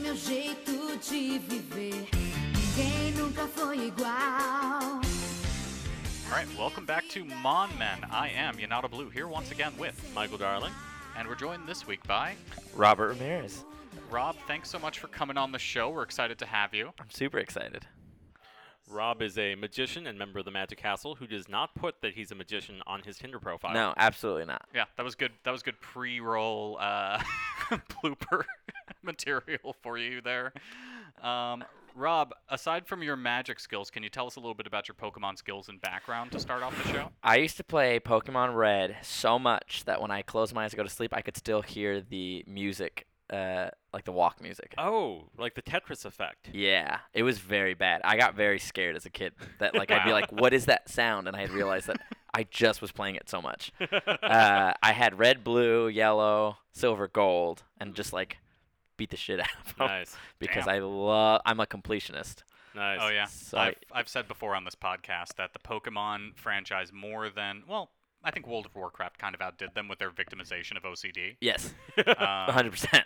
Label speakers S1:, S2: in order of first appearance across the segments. S1: meu jeito de viver. Ninguém nunca foi igual.
S2: All right, welcome back to Mon Men. I am Yonata Blue here once again with,
S3: Michael Darling,
S2: and we're joined this week by
S3: Robert Ramirez.
S2: Rob. Thanks so much for coming on the show. We're excited to have you.
S3: I'm super excited. Rob is a magician and member of the Magic Castle who does not put that he's a magician on his Tinder profile.
S4: No, absolutely not.
S2: Yeah, that was good. That was good pre-roll uh, blooper material for you there. Um, Rob, aside from your magic skills, can you tell us a little bit about your Pokemon skills and background to start off the show?
S4: I used to play Pokemon Red so much that when I closed my eyes to go to sleep, I could still hear the music, uh, like the walk music.
S3: Oh, like the Tetris effect.
S4: Yeah, it was very bad. I got very scared as a kid that like I'd be like, "What is that sound?" and I had realized that I just was playing it so much. Uh, I had red, blue, yellow, silver, gold, and just like beat the shit out of them
S3: nice.
S4: because I love. I'm a completionist.
S3: Nice.
S2: Oh yeah,
S4: So
S2: I've, I've said before on this podcast that the Pokemon franchise more than well, I think World of Warcraft kind of outdid them with their victimization of OCD.
S4: Yes,
S2: Uh,
S4: 100. percent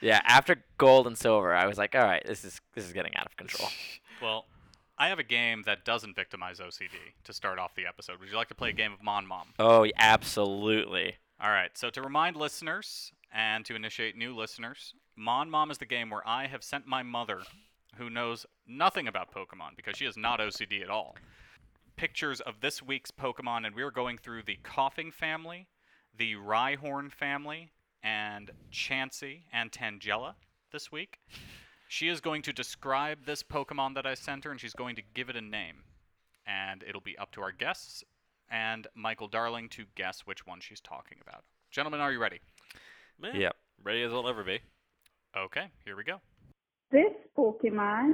S4: Yeah, after gold and silver, I was like, "All right, this is this is getting out of control."
S2: well, I have a game that doesn't victimize OCD to start off the episode. Would you like to play a game of Mon Mom?
S4: Oh, yeah, absolutely.
S2: All right. So to remind listeners and to initiate new listeners, Mon Mom is the game where I have sent my mother, who knows nothing about Pokemon because she is not OCD at all, pictures of this week's Pokemon, and we are going through the Coughing family, the Rhyhorn family, and Chansey and Tangela this week. She is going to describe this Pokemon that I sent her, and she's going to give it a name. And it'll be up to our guests and Michael Darling to guess which one she's talking about. Gentlemen, are you ready?
S3: Man,
S4: Yep.
S3: Ready as I'll ever be.
S2: Okay, here we go.
S5: This Pokemon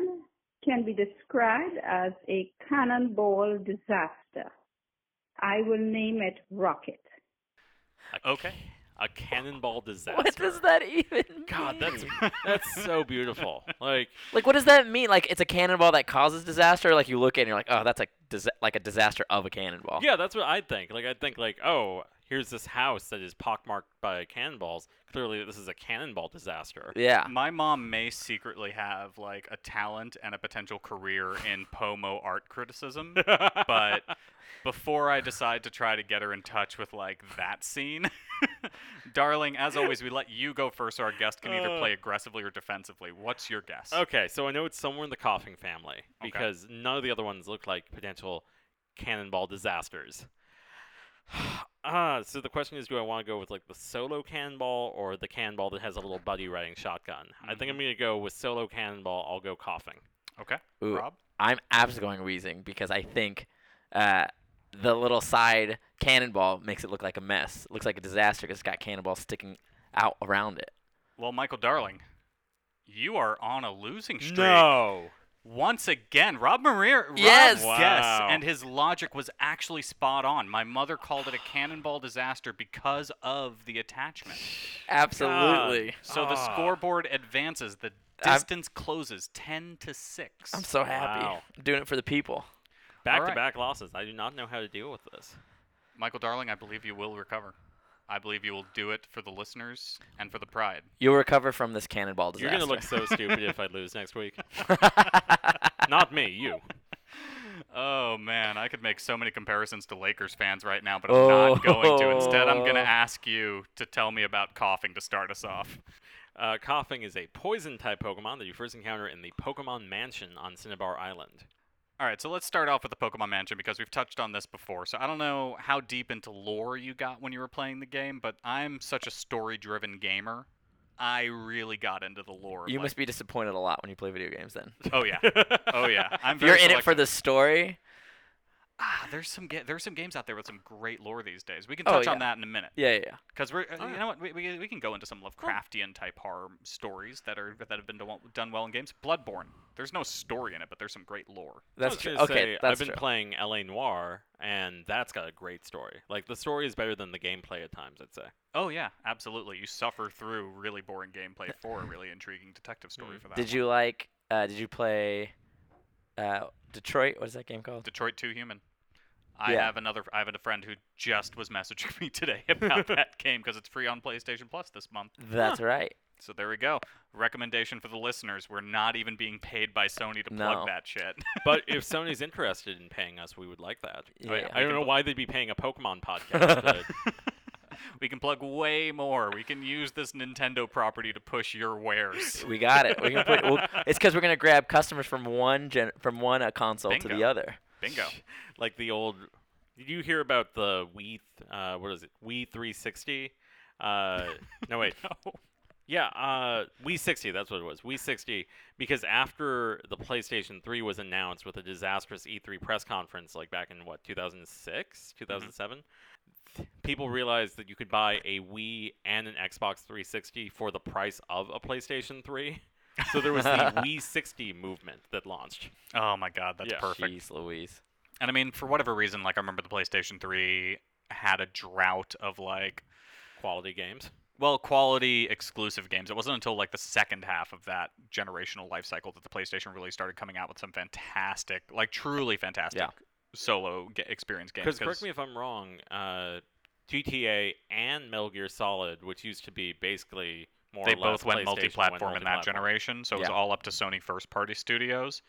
S5: can be described as a cannonball disaster. I will name it Rocket.
S3: A
S2: Okay.
S3: A cannonball disaster.
S4: What does that even? Mean?
S3: God, that's that's so beautiful. Like,
S4: like, what does that mean? Like, it's a cannonball that causes disaster. Like, you look at it and you're like, "Oh, that's a disa- like a disaster of a cannonball."
S3: yeah, that's what I'd think. Like, I'd think like, oh, here's this house that is pockmarked by cannonballs. Clearly, this is a cannonball disaster.
S4: Yeah.
S2: My mom may secretly have like a talent and a potential career in Pomo art criticism, but before I decide to try to get her in touch with like that scene, darling, as always, we let you go first so our guest can either
S3: Uh.
S2: play aggressively or defensively. What's your guess?
S3: Okay, so I know it's somewhere in the coughing family
S2: Okay.
S3: because none of the other ones look like potential cannonball disasters. Ah, so the question is, do I want to go with like the solo cannonball or the cannonball that has a little buddy riding shotgun? I think I'm gonna go with solo cannonball. I'll go coughing.
S2: Okay.
S4: Ooh,
S2: Rob?
S4: I'm absolutely going wheezing because I think uh, the little side cannonball makes it look like a mess. looks like a disaster because it's got cannonballs sticking out around it.
S2: Well, Michael, darling, you are on a losing streak.
S3: No.
S2: Once again, Rob Maria.
S4: Yes.
S2: Rob,
S3: Wow.
S2: Yes. And his logic was actually spot on. My mother called it a cannonball disaster because of the attachment.
S4: Absolutely.
S2: So the
S3: Ah.
S2: scoreboard advances. The
S4: I'm-
S2: distance closes 10 to 6.
S4: I'm so happy.
S3: Wow.
S4: I'm doing it for the people.
S3: Back
S2: All right.
S3: to back losses. I do not know how to deal with this.
S2: Michael, darling, I believe you will recover. I believe you will do it for the listeners and for the pride.
S4: You'll recover from this cannonball disaster.
S3: You're gonna look so stupid if I lose next week. not me, you.
S2: Oh, man. I could make so many comparisons to Lakers fans right now, but I'm not going to. Instead, I'm going to
S4: Oh.
S2: ask you to tell me about coughing to start us off.
S3: Uh, coughing is a poison type Pokemon that you first encounter in the Pokemon Mansion on Cinnabar Island.
S2: All right, so let's start off with the Pokemon Mansion because we've touched on this before. So I don't know how deep into lore you got when you were playing the game, but I'm such a story-driven gamer. I really got into the lore.
S4: You must be disappointed a lot when you play video games then.
S2: be. Oh yeah. Oh yeah. I'm
S4: If you're
S2: very
S4: in it for
S2: selective.
S4: the story,
S2: Ah, there's some ga- there's some games out there with some great lore these days. We can
S4: Oh,
S2: touch on
S4: yeah.
S2: that in a minute
S4: yeah, yeah, yeah.
S2: because we're uh,
S3: Oh,
S2: you
S3: yeah.
S2: know what we, we, we can go into some Lovecraftian type horror stories that are that have been do- done well in games. Bloodborne. There's no story in it, but there's some great lore.
S4: That's
S3: I was
S4: true.
S3: gonna
S4: Okay,
S3: say,
S4: that's
S3: I've been
S4: true.
S3: playing LA Noir, and that's got a great story. Like the story is better than the gameplay at times. I'd say.
S2: Oh yeah, absolutely. You suffer through really boring gameplay for a really intriguing detective story
S3: Mm.
S2: for that.
S4: did
S2: one.
S4: you like? Uh, did you play? Uh, Detroit. What is that game called?
S2: Detroit Two Human? I
S4: Yeah.
S2: have another. I have a friend who just was messaging me today about that game because it's free on PlayStation Plus this month.
S4: That's right.
S2: So there we go. Recommendation for the listeners. We're not even being paid by Sony to
S4: No.
S2: plug that shit.
S3: But if Sony's interested in paying us, we would like that.
S4: Yeah.
S3: I, I
S2: We
S3: don't
S2: can
S3: know
S2: bu-
S3: why they'd be paying a Pokemon podcast. But
S2: we can plug way more. We can use this Nintendo property to push your wares.
S4: We got it. We're gonna put. We'll, it's because we're gonna grab customers from one gen, from one uh, console to the
S2: Bingo.
S4: other.
S2: Bingo.
S3: like the old. Did you hear about the Wii? th- Uh, what is it? Wii 360. Uh, no wait. Yeah, uh, Wii 60. That's what it was. Wii 60. Because after the PlayStation 3 was announced with a disastrous E3 press conference, like back in what
S2: Mm-hmm.
S3: 2006, 2007, people realized that you could buy a Wii and an Xbox 360 for the price of a PlayStation 3. So there was the Wii 60 movement that launched.
S2: Oh my god, that's
S3: Yeah.
S2: perfect.
S4: Jeez Louise.
S2: And I mean, for whatever reason, like I remember the PlayStation 3 had a drought of like
S3: Quality games.
S2: well, quality exclusive games. It wasn't until like the second half of that generational life cycle that the PlayStation really started coming out with some fantastic, like truly fantastic
S4: Yeah.
S2: solo ge- experience games.
S3: Because correct me if I'm wrong, uh, GTA and Metal Gear Solid, which used to be basically more
S2: they
S3: or less
S2: both went
S3: PlayStation,
S2: multi-platform in that
S3: multi-platform.
S2: generation, so it was
S4: Yeah.
S2: all up to Sony first-party studios.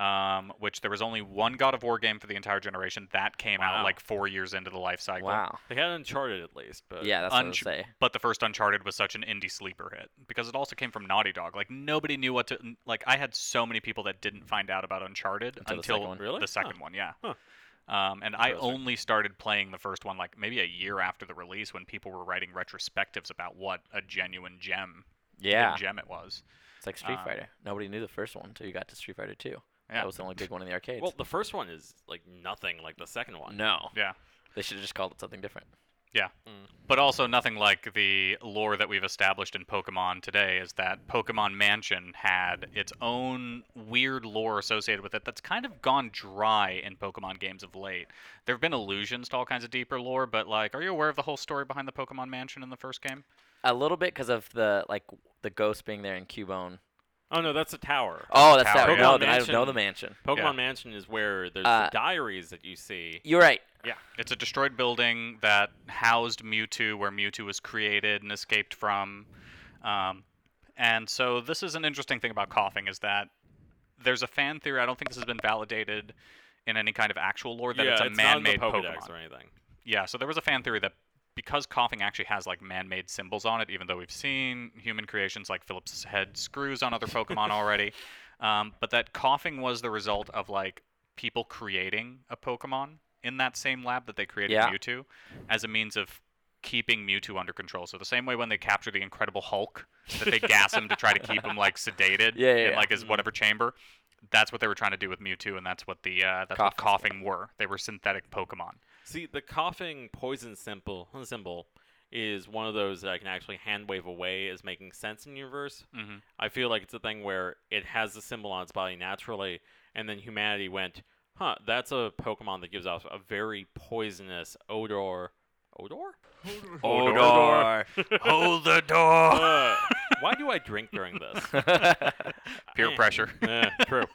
S2: Um, which there was only one God of War game for the entire generation that came
S3: Wow.
S2: out like four years into the life cycle.
S4: Wow.
S3: They had Uncharted at least, but
S4: Yeah, that's what I was
S2: Unch-
S4: say.
S2: But the first Uncharted was such an indie sleeper hit because it also came from Naughty Dog. Like nobody knew what to n- like. I had so many people that didn't find out about Uncharted
S4: Until the
S2: until,
S4: second one.
S3: Really? Huh.
S2: the second one, yeah.
S3: Huh.
S2: Um, and I
S4: Interesting.
S2: only started playing the first one like maybe a year after the release when people were writing retrospectives about what a genuine gem,
S4: Yeah.
S2: good gem it was.
S4: It's like
S3: Uh,
S4: Street
S2: Um,
S4: Fighter. Nobody knew the first one until you got to Street Fighter 2.
S2: Yeah.
S4: That was the only big one in the arcades.
S3: well, the first one is like nothing like the second one.
S4: no.
S2: Yeah.
S4: They should have just called it something different.
S2: Yeah.
S3: Mm.
S2: But also nothing like the lore that we've established in Pokemon today is that Pokemon Mansion had its own weird lore associated with it that's kind of gone dry in Pokemon games of late. There have been allusions to all kinds of deeper lore, but like are you aware of the whole story behind the Pokemon Mansion in the first game?
S4: A little bit because of the like the ghost being there in Cubone.
S3: Oh no, that's a tower.
S4: Oh, that's
S2: Tower,
S4: that.
S2: yeah.
S4: No,
S3: Pokemon
S4: then I don't know the
S3: Mansion.
S4: mansion.
S3: Pokemon
S2: Oh, yeah.
S3: Mansion is where there's
S4: Uh,
S3: the diaries that you see.
S4: You're right.
S3: Yeah.
S2: It's a destroyed building that housed Mewtwo, where Mewtwo was created and escaped from. Um, and so this is an interesting thing about coughing is that there's a fan theory. I don't think this has been validated in any kind of actual lore that
S3: yeah,
S2: it's a
S3: not in the
S2: man-made
S3: Pokedex
S2: Pokemon.
S3: or anything.
S2: Yeah. So there was a fan theory that because coughing actually has like man-made symbols on it, even though we've seen human creations like Phillips head screws on other Pokemon already, um, but that coughing was the result of like people creating a Pokemon in that same lab that they created
S4: Yeah.
S2: Mewtwo as a means of keeping Mewtwo under control. So the same way when they capture the Incredible Hulk, that they gas him to try to keep him like sedated
S4: Yeah, yeah, Mm-hmm.
S2: in
S4: yeah.
S2: like his whatever chamber. That's what they were trying to do with Mewtwo, and that's what the uh, that's what
S4: Coughing's
S2: coughing were. They were synthetic Pokemon.
S3: See, the coughing poison symbol symbol is one of those that I can actually hand wave away as making sense in the universe.
S2: Mm-hmm.
S3: I feel like it's a thing where it has the symbol on its body naturally, and then humanity went, huh, that's a Pokemon that gives off a very poisonous odor. Odor?
S4: Odor.
S2: Hold the door.
S3: Uh, why do I drink during this?
S2: Peer
S3: Eh.
S2: pressure.
S3: Eh, true.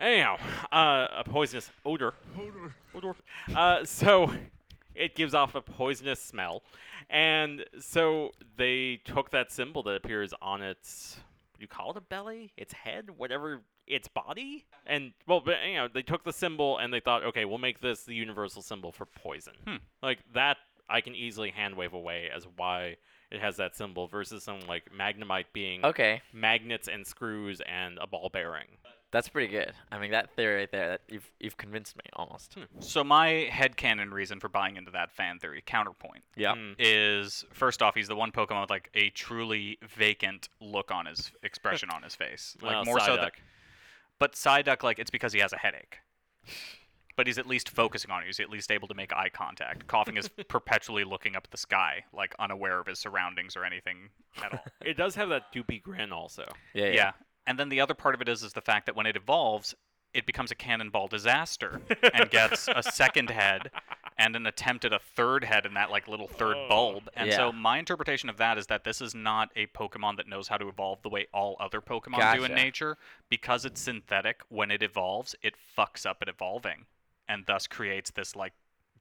S3: Anyhow, uh, a poisonous odor. Odor. Uh, so it gives off a poisonous smell, and so they took that symbol that appears on its. You call it a belly? Its head? Whatever. Its body? And well, but you know, they took the symbol and they thought, okay, we'll make this the universal symbol for poison.
S2: Hmm.
S3: Like that, I can easily hand wave away as why it has that symbol versus some like Magnemite being
S4: okay,
S3: magnets and screws and a ball bearing.
S4: that's pretty good. I mean, that theory right there, that you've you've convinced me almost.
S2: So my headcanon reason for buying into that fan theory counterpoint
S4: Yeah.
S3: Mm.
S2: is first off he's the one Pokemon with like a truly vacant look on his expression on his face. Like
S3: Well,
S2: more so
S3: Psyduck.
S2: that but Psyduck like it's because he has a headache. But he's at least focusing on it. He's at least able to make eye contact. Coughing is perpetually looking up at the sky, like unaware of his surroundings or anything at all.
S3: it does have that doopy grin also.
S4: Yeah. Yeah.
S2: Yeah. And then the other part of it is is the fact that when it evolves, it becomes a cannonball disaster and gets a second head and an attempt at a third head in that like little third
S3: Oh.
S2: bulb. And
S4: Yeah.
S2: so my interpretation of that is that this is not a Pokemon that knows how to evolve the way all other Pokemon do
S4: Gotcha.
S2: in nature. Because it's synthetic, when it evolves, it fucks up at evolving and thus creates this like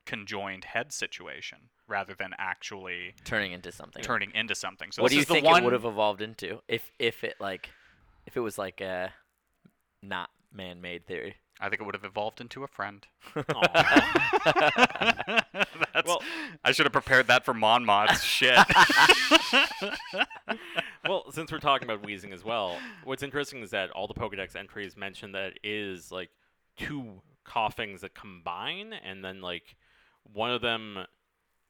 S2: conjoined head situation rather than actually
S4: turning into something.
S2: turning into something. So
S4: what
S2: this
S4: do you
S2: is the
S4: think
S2: one
S4: it would have evolved into if if it like if it was like a not man-made theory?
S2: I think it would have evolved into a friend.
S3: Aw.
S2: That's,
S3: Well-
S2: I should have prepared that for Mon Moth's shit.
S3: well, since we're talking about wheezing as well, what's interesting is that all the Pokedex entries mention that it is like two coughings that combine, and then like one of them,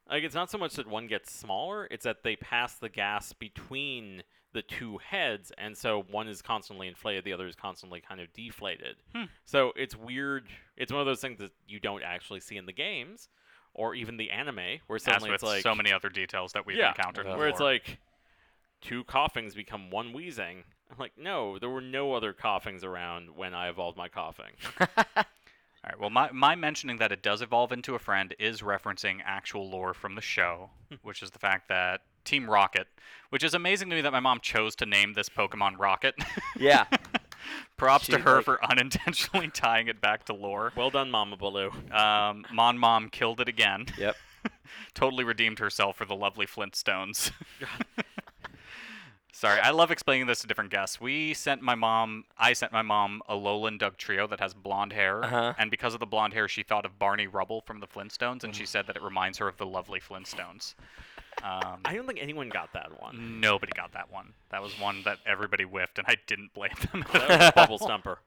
S3: like it's not so much that one gets smaller; it's that they pass the gas between the two heads, and so one is constantly inflated, the other is constantly kind of deflated.
S2: Hmm.
S3: So it's weird. It's one of those things that you don't actually see in the games. Or even the anime, where
S2: As
S3: suddenly
S2: with
S3: it's like
S2: so many other details that we've
S3: Yeah,
S2: encountered.
S4: where
S3: where it's
S2: before.
S3: like two coughings become one wheezing. I'm like, no, there were no other coughings around when I evolved my coughing.
S2: All right. Well, my, my mentioning that it does evolve into a friend is referencing actual lore from the show,
S3: Hmm.
S2: which is the fact that Team Rocket, which is amazing to me that my mom chose to name this Pokemon Rocket.
S4: Yeah.
S2: Props to
S4: She,
S2: her
S4: like-
S2: for unintentionally tying it back to lore.
S3: well done, Mama Baloo.
S2: Um, Mon Mom killed it again.
S4: yep.
S2: totally redeemed herself for the lovely Flintstones. Sorry, I love explaining this to different guests. We sent my mom, I sent my mom a Lowland Doug trio that has blonde hair,
S4: Uh-huh.
S2: and because of the blonde hair, she thought of Barney Rubble from the Flintstones, and she
S4: Mm.
S2: said that it reminds her of the lovely Flintstones. Um,
S3: I don't think anyone got that one.
S2: nobody got that one. That was one that everybody whiffed, and I didn't blame them.
S3: That was a bubble stumper.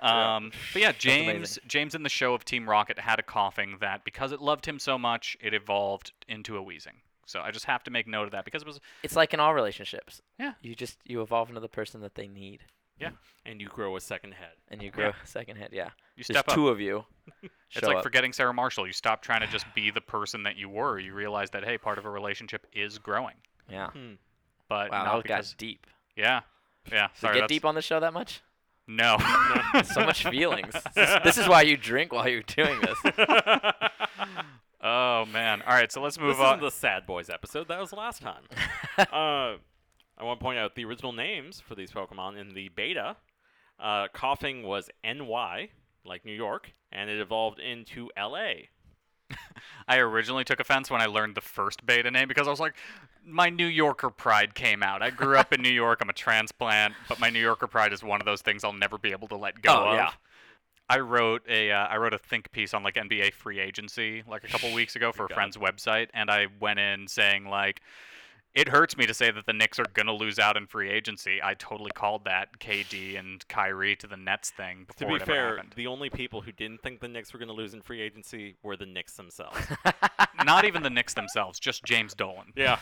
S2: Um, but yeah,
S4: amazing.
S2: James James in the show of Team Rocket had a coughing that because it loved him so much, it evolved into a wheezing. So I just have to make note of that because it was
S4: It's like in all relationships.
S2: Yeah.
S4: You just you evolve into the person that they need,
S3: And you grow a second head.
S4: and you grow
S2: Yeah.
S4: a second head. Yeah.
S2: you
S4: There's
S2: step up.
S4: two of you.
S2: It's
S4: show
S2: like
S4: up.
S2: forgetting Sarah Marshall. You stop trying to just be the person that you were. You realize that hey, part of a relationship is growing,
S4: yeah.
S2: but
S4: Wow,
S2: not
S4: that got
S2: hmm, because
S4: deep.
S2: yeah, yeah.
S4: So
S2: Sorry,
S4: get
S2: that's-
S4: deep on the show that much?
S2: No,
S4: So much feelings. this, this is why you drink while you're doing this.
S2: oh man. All right, so let's move
S3: this
S2: on.
S3: isn't the Sad Boys episode. That was last time. uh, I want to point out the original names for these Pokemon in the beta. Uh, coughing was NY, like New York, and it evolved into LA.
S2: I originally took offense when I learned the first beta name because I was like, my New Yorker pride came out. I grew up in New York. I'm a transplant, but my New Yorker pride is one of those things I'll never be able to let go
S4: Oh,
S2: of.
S4: yeah.
S2: I wrote a uh, I wrote a think piece on like NBA free agency like a couple weeks ago for a
S3: God.
S2: friend's website, and I went in saying like. It hurts me to say that the Knicks are gonna lose out in free agency. I totally called that KD and Kyrie to the Nets thing
S3: To
S2: before
S3: be
S2: it ever
S3: fair,
S2: happened.
S3: the only people who didn't think the Knicks were going to lose in free agency were the Knicks themselves.
S2: Not even the Knicks themselves, just James Dolan.
S3: yeah.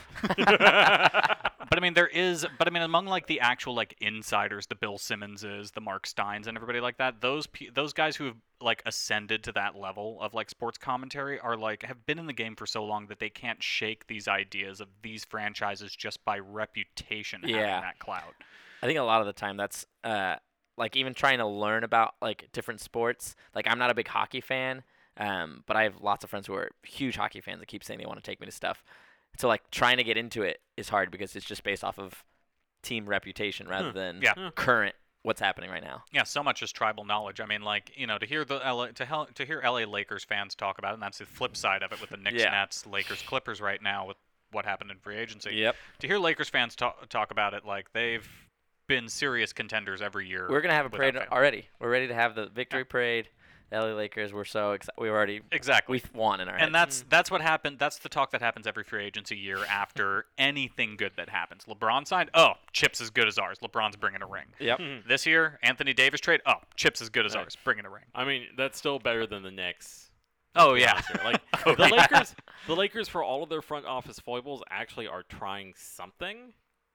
S2: But I mean, there is. But I mean, among like the actual like insiders, the Bill Simmonses, the Mark Steins, and everybody like that. Those pe- those guys who have like ascended to that level of like sports commentary are like have been in the game for so long that they can't shake these ideas of these franchises just by reputation
S4: Yeah.
S2: having that clout.
S4: I think a lot of the time that's uh like even trying to learn about like different sports. Like I'm not a big hockey fan, um, but I have lots of friends who are huge hockey fans that keep saying they want to take me to stuff. So like trying to get into it is hard because it's just based off of team reputation rather than
S2: Hmm. yeah.
S3: Huh.
S4: current what's happening right now.
S2: Yeah, so much is tribal knowledge. I mean, like you know, to hear the LA, to hel- to hear LA Lakers fans talk about it, and that's the flip side of it with the Knicks,
S4: Yeah.
S2: Nets, Lakers, Clippers right now with what happened in free agency. to hear Lakers fans talk, talk about it, like they've been serious contenders every year.
S4: We're gonna have a
S2: without
S4: parade
S2: fail.
S4: already. We're ready to have the victory parade. The LA Lakers. We're so excited. We were already
S2: exactly.
S4: we Mm. won in our
S2: and
S4: heads.
S2: that's that's what happened. That's the talk that happens every free agency year after anything good that happens. LeBron signed. Oh, chips as good as ours. LeBron's bringing a ring. Hmm.
S4: Yep.
S2: This year, Anthony Davis trade. Oh, chips as good as
S3: Right.
S2: ours. Bringing a ring.
S3: I mean, that's still better than the Knicks.
S2: Oh
S3: to be
S2: yeah.
S3: honest here. Like
S2: Oh,
S3: the
S2: yeah.
S3: Lakers, the Lakers for all of their front office foibles actually are trying something.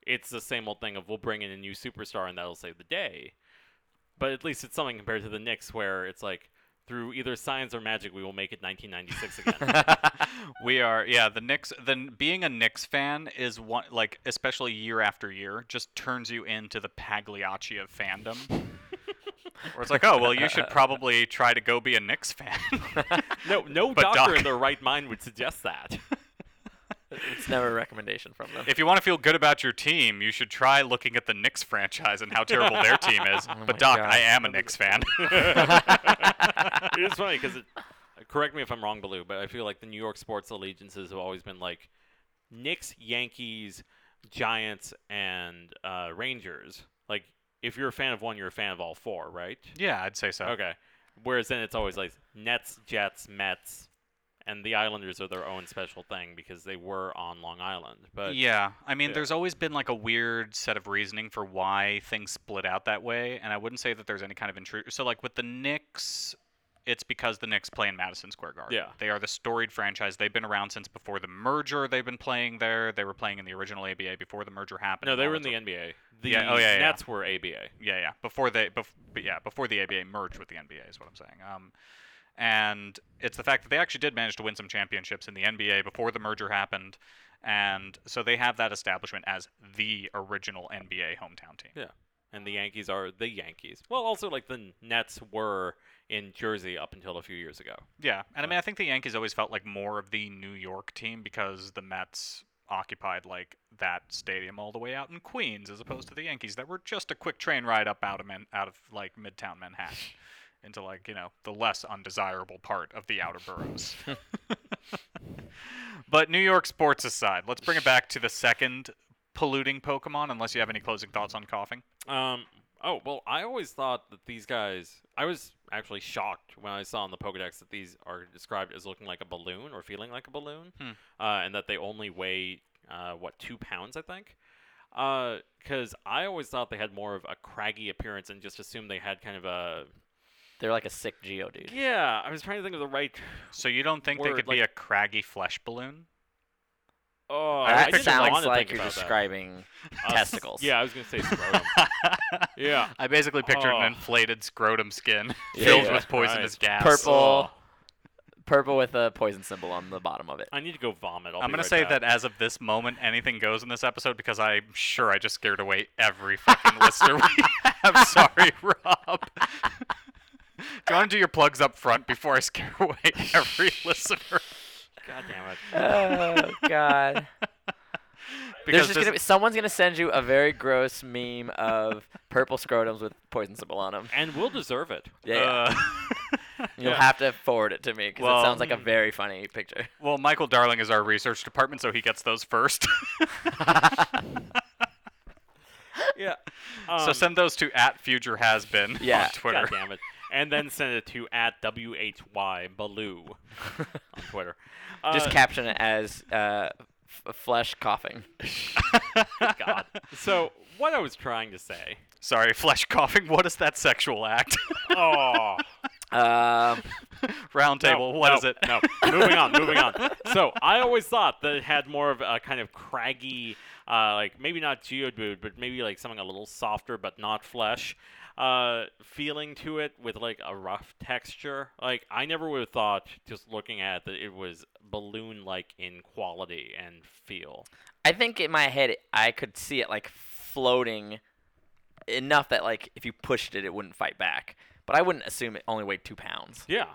S3: It's the same old thing of we'll bring in a new superstar and that'll save the day. But at least it's something compared to the Knicks where it's like through either science or magic we will make it 1996 again.
S2: we are yeah the Knicks then being a Knicks fan is one like especially year after year just turns you into the Pagliacci of fandom. Where it's like, oh well, you should probably try to go be a Knicks fan.
S3: no, no
S2: But
S3: doctor
S2: Doc-
S3: in their right mind would suggest that.
S4: it's never a recommendation from them.
S2: if you want to feel good about your team, you should try looking at the Knicks franchise and how terrible their team is.
S4: Oh my
S2: but Doc,
S4: God.
S2: I am a Knicks fan.
S3: it's funny because it, correct me if I'm wrong, Baloo, but I feel like the New York sports allegiances have always been like Knicks, Yankees, Giants, and uh, Rangers. Like, if you're a fan of one, you're a fan of all four, right?
S2: Yeah, I'd say so.
S3: Okay. Whereas then it's always like Nets, Jets, Mets, and the Islanders are their own special thing because they were on Long Island. But
S2: yeah, I mean,
S3: yeah.
S2: there's always been like a weird set of reasoning for why things split out that way, and I wouldn't say that there's any kind of intrusion. So, like with the Knicks, it's because the Knicks play in Madison Square Garden.
S3: Yeah.
S2: they are the storied franchise. They've been around since before the merger. They've been playing there. They were playing in the original ABA before the merger happened.
S3: no,
S2: and
S3: they
S2: all
S3: were
S2: that
S3: in the
S2: sort-
S3: NBA. The
S2: Yeah, oh, yeah, yeah.
S3: Nets were ABA.
S2: yeah, yeah. Before they, bef- but yeah, before the ABA merged with the NBA is what I'm saying. Um, and it's the fact that they actually did manage to win some championships in the NBA before the merger happened, and so they have that establishment as the original NBA hometown team.
S3: Yeah. And the Yankees are the Yankees. Well, also like the Nets were in Jersey up until a few years ago.
S2: Yeah, and I mean, I think the Yankees always felt like more of the New York team because the Mets occupied like that stadium all the way out in Queens, as opposed to the Yankees that were just a quick train ride up out of man- out of like Midtown Manhattan into like you know the less undesirable part of the outer boroughs. but New York sports aside, let's bring it back to the second polluting Pokemon. Unless you have any closing thoughts on coughing.
S3: Um. Oh well, I always thought that these guys. I was actually shocked when I saw in the Pokedex that these are described as looking like a balloon or feeling like a balloon,
S2: Hmm.
S3: uh, and that they only weigh uh, what two pounds, I think. Because I always thought they had more of a craggy appearance and just assumed they had kind of a.
S4: They're like a sick geo dude.
S3: Yeah, I was trying to think of the right.
S2: So you don't think they
S3: Word,
S2: could be a
S3: like-
S2: craggy flesh balloon?
S3: Oh, I
S4: that
S3: didn't wanna
S4: sounds
S3: think
S4: like you're
S3: about that.
S4: describing
S3: Uh, s-
S4: testicles.
S3: Yeah, I was gonna say scrotum. yeah,
S2: I basically pictured
S3: Oh.
S2: an inflated scrotum skin
S4: Yeah,
S2: filled
S4: yeah.
S2: with poisonous gas.
S4: Purple.
S3: Oh.
S4: Purple with a poison symbol on the bottom of it.
S3: I need to go vomit. I'll
S2: I'm
S3: be
S2: gonna
S3: right
S2: say
S3: back.
S2: that as of this moment, anything goes in this episode because I'm sure I just scared away every fucking listener we have. Sorry, Rob. do you want to do your plugs up front before I scare away every listener?
S3: God damn it.
S4: Oh God. There's
S2: Because
S4: just
S2: this-
S4: gonna be, someone's gonna send you a very gross meme of purple scrotums with poison symbol on them.
S3: And we'll deserve it.
S2: uh,
S4: Yeah, yeah. you'll
S3: yeah.
S4: have to forward it to me because
S2: Well,
S4: it sounds like a very funny picture.
S2: well, Michael Darling is our research department, so he gets those first.
S3: yeah. Um,
S2: so send those to at future has been
S4: Um, Yeah.
S2: on Twitter.
S3: God damn it. And then send it to at WHY Baloo on Twitter. Uh,
S4: just caption it as uh, f- flesh coughing.
S3: Uh, God. So, what I was trying to say.
S2: Sorry, flesh coughing. What is that sexual act?
S3: Oh.
S4: Um,
S2: Round table. What is it?
S3: No. Moving on, moving on. So, I always thought that it had more of a kind of craggy, uh, like maybe not Geodude, but maybe like something a little softer but not flesh uh, feeling to it with like a rough texture. Like, I never would have thought just looking at it that it was balloon like in quality and feel.
S4: I think in my head I could see it like floating enough that like if you pushed it, it wouldn't fight back. But I wouldn't assume it only weighed two pounds.
S3: Yeah.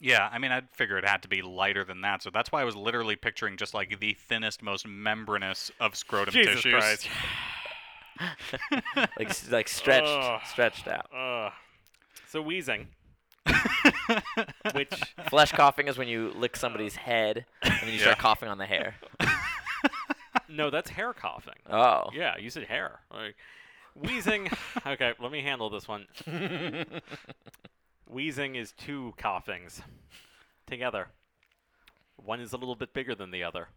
S2: Yeah, I mean, I'd figure it had to be lighter than that, so that's why I was literally picturing just like the thinnest, most membranous of scrotum
S3: Jesus
S2: tissues.
S3: Christ.
S4: Like s- like stretched
S3: Ugh.
S4: stretched out.
S3: Uh, so wheezing. Which
S4: Flesh coughing is when you lick somebody's head and then you start
S2: Yeah.
S4: coughing on the hair.
S3: no, that's hair coughing.
S4: Oh.
S3: Yeah, you said hair. Like wheezing. okay, let me handle this one. wheezing is two coughings together. One is a little bit bigger than the other.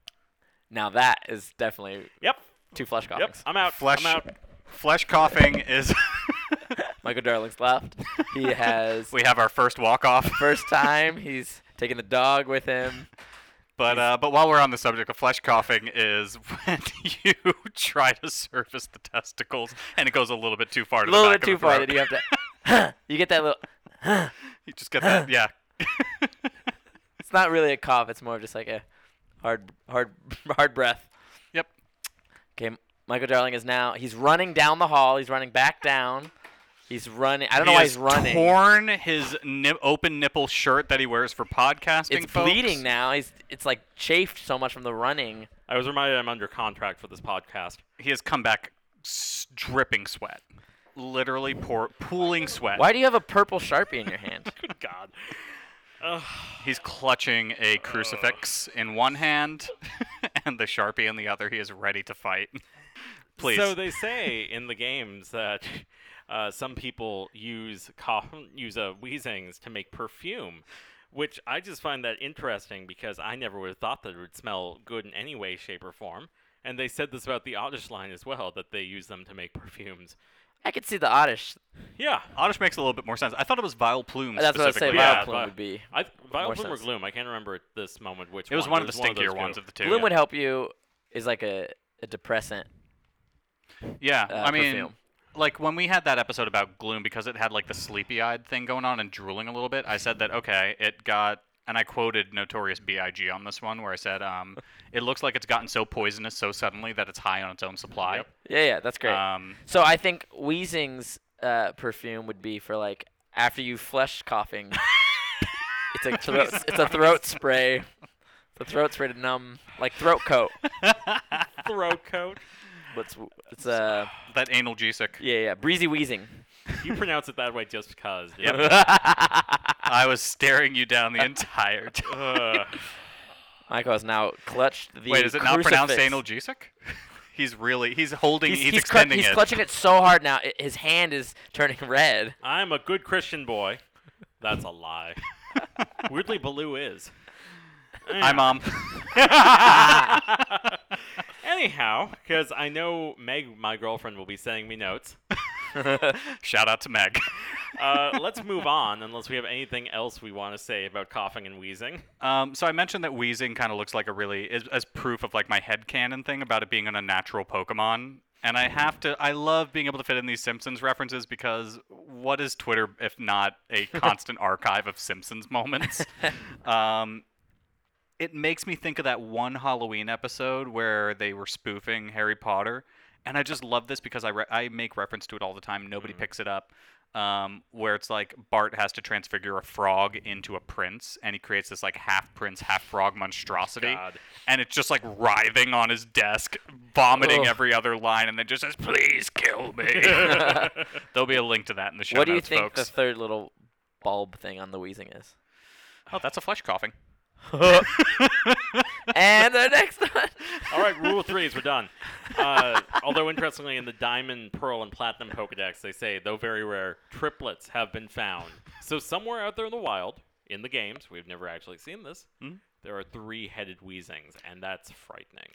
S4: Now that is definitely
S3: Yep.
S4: two flesh
S3: Yep.
S4: coughings.
S3: I'm out.
S2: Flesh,
S3: I'm out.
S2: flesh coughing is.
S4: Michael Darling's left. He has
S2: we have our first walk off,
S4: first time he's taking the dog with him.
S2: but uh, but while we're on the subject of flesh coughing, is when you try to surface the testicles and it goes a little bit too far.
S4: A
S2: To
S4: little
S2: the back
S4: bit too
S2: of the
S4: far
S2: throat.
S4: that you have to You get that little
S2: You just get that. Yeah.
S4: It's not really a cough. It's more of just like a hard, hard, hard breath.
S2: Yep.
S4: Okay, Michael Darling is now. He's running down the hall. He's running back down. He's running. I don't
S2: he
S4: know why
S2: has
S4: he's running.
S2: torn his nip, open nipple shirt that he wears for podcasting.
S4: it's
S2: folks.
S4: bleeding now. He's it's like chafed so much from the running.
S3: I was reminded I'm under contract for this podcast.
S2: he has come back s- dripping sweat, literally pour, pooling sweat.
S4: Why do you have a purple sharpie in your hand?
S3: Good God. Ugh.
S2: He's clutching a crucifix in one hand and the sharpie in the other. He is ready to fight. Please.
S3: So they say in the games that uh, some people use cough, use uh, wheezings to make perfume, which I just find that interesting because I never would have thought that it would smell good in any way, shape, or form. And they said this about the Oddish line as well, that they use them to make perfumes.
S4: I could see the oddish.
S3: Yeah,
S2: Oddish makes a little bit more sense. I thought it was Vile Plume
S4: That's what I was saying.
S2: specifically.
S3: Yeah,
S4: Vile plume
S3: but-
S4: would be.
S3: I, Vile
S4: More
S3: Bloom or
S4: sense.
S3: Gloom. I can't remember at this moment which.
S2: It was
S3: one,
S2: one of
S3: but
S2: the
S3: it was
S2: stinkier
S3: one
S2: ones
S3: those
S2: of the two.
S4: Bloom would help you. Is like a, a depressant.
S2: Yeah,
S4: uh,
S2: I mean,
S4: perfume.
S2: like when we had that episode about Gloom, because it had like the sleepy-eyed thing going on and drooling a little bit. I said that okay, it got, and I quoted Notorious B.I.G. on this one, where I said, um, it looks like it's gotten so poisonous so suddenly that it's high on its own supply.
S3: Yep.
S4: Yeah, yeah, that's great.
S2: Um,
S4: so I think Wheezing's uh, perfume would be for like after you flush coughing. it's a throat. It's a throat spray. It's a throat spray to numb, like throat coat.
S3: two. Throat coat.
S4: But it's, it's uh,
S2: that analgesic.
S4: yeah, yeah, breezy wheezing.
S3: You pronounce it that way just because. dude.
S2: I was staring you down the entire time.
S3: Ugh.
S4: Michael has now clutched the.
S2: Wait, is it not pronounced
S4: crucifix.
S2: analgesic? he's really he's holding
S4: He's,
S2: he's,
S4: he's, clu-
S2: extending
S4: he's
S2: it.
S4: clutching it so hard now. i his hand is turning red.
S3: I'm a good Christian boy. That's a lie. Weirdly, Baloo is.
S2: Hi, mom.
S3: Anyhow, because I know Meg, my girlfriend, will be sending me notes.
S2: Shout out to Meg.
S3: Uh, let's move on, unless we have anything else we want to say about coughing and wheezing.
S2: Um, so I mentioned that wheezing kind of looks like a really as, as proof of like my headcanon thing about it being an unnatural Pokemon. And I have to I love being able to fit in these Simpsons references because what is Twitter if not a constant archive of Simpsons moments? um, it makes me think of that one Halloween episode where they were spoofing Harry Potter, and I just love this because I re- I make reference to it all the time. Nobody
S4: Mm-hmm.
S2: picks it up. Um, where it's like Bart has to transfigure a frog into a prince, and he creates this like half prince, half frog monstrosity,
S3: God.
S2: and it's just like writhing on his desk, vomiting
S4: Ugh.
S2: every other line, and then just says, "Please kill me." There'll be a link to that in the show
S4: what do you
S2: notes,
S4: think
S2: folks.
S4: the third little bulb thing on the wheezing is?
S2: oh, that's a flesh coughing.
S4: and the next one.
S3: All right, rule three is we're done. Uh, although, interestingly, in the Diamond, Pearl, and Platinum Pokedex, they say, though very rare, triplets have been found. So, somewhere out there in the wild, in the games, we've never actually seen this,
S2: Hmm?
S3: there are three headed wheezings, and that's frightening.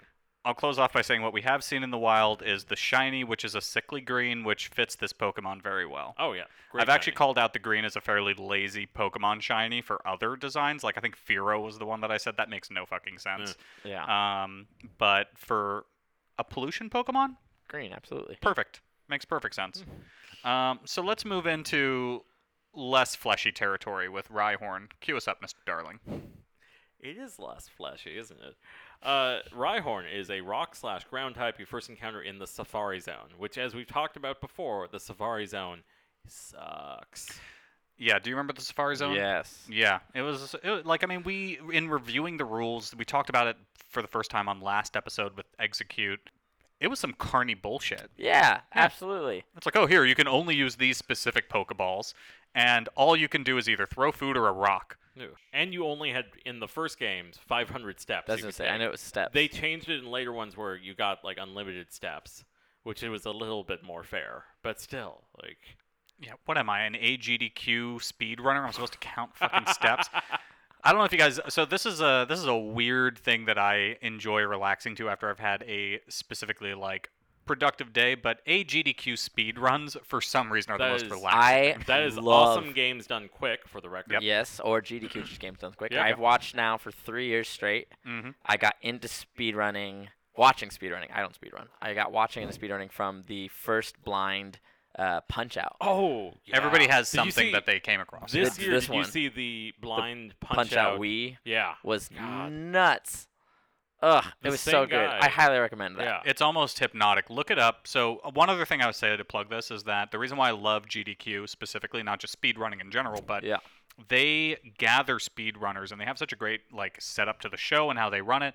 S2: I'll close off by saying what we have seen in the wild is the shiny, which is a sickly green, which fits this Pokemon very well.
S3: Oh, yeah. Great
S2: I've actually
S3: timing.
S2: called out the green as a fairly lazy Pokemon shiny for other designs. Like I think Firo was the one that I said that makes no fucking
S3: Mm.
S2: sense.
S4: Yeah,
S2: Um, but for a pollution Pokemon,
S4: green, absolutely.
S2: perfect. Makes perfect sense.
S3: Mm.
S2: Um, so let's move into less fleshy territory with Rhyhorn. Cue us up, Mr. Darling.
S3: It is less fleshy, isn't it? Uh, Rhyhorn is a rock slash ground type you first encounter in the Safari Zone, which, as we've talked about before, the Safari Zone sucks.
S2: Yeah, do you remember the Safari Zone?
S4: Yes.
S2: Yeah, it was it, like I mean we in reviewing the rules we talked about it for the first time on last episode with execute. It was some carny bullshit.
S4: Yeah, absolutely.
S2: It's like oh here you can only use these specific Pokeballs, and all you can do is either throw food or a rock.
S3: Ew. And you only had in the first games 500 steps. you
S4: That's
S3: could
S4: insane. I
S3: take.
S4: know it was steps.
S3: They changed it in later ones where you got like unlimited steps, which it was a little bit more fair. But still, like
S2: Yeah, what am I an AGDQ speedrunner? I'm supposed to count fucking steps. I don't know if you guys. So this is a this is a weird thing that I enjoy relaxing to after I've had a specifically like productive day. But AGDQ speed runs for some reason are the
S3: That
S2: most
S3: is-
S2: relaxing.
S4: I
S3: that is
S4: love,
S3: awesome games done quick for the record.
S4: Yes, or GDQ, which games done quick.
S3: Yeah.
S4: I've watched now for three years straight.
S3: Mm-hmm.
S2: Mhm.
S4: I got into speedrunning, watching speedrunning. I don't speedrun. I got watching and speedrunning from the first blind uh, punch out.
S3: Oh, yeah.
S2: Everybody has
S3: Did you
S2: something
S3: see-
S2: that they came across.
S3: This
S4: It's
S3: year,
S4: this
S3: did
S4: one.
S3: you see the blind punch,
S4: punch out Wii
S3: Yeah.
S4: was
S3: God.
S4: nuts. Ugh,
S3: The
S4: it was
S3: same
S4: so good.
S3: guy.
S4: I highly recommend that.
S3: Yeah.
S2: It's almost hypnotic. Look it up. So uh, one other thing I would say to plug this is that the reason why I love GDQ specifically, not just speedrunning in general, but
S3: Uh,
S4: Yeah.
S2: they gather speedrunners and they have such a great like setup to the show and how they run it,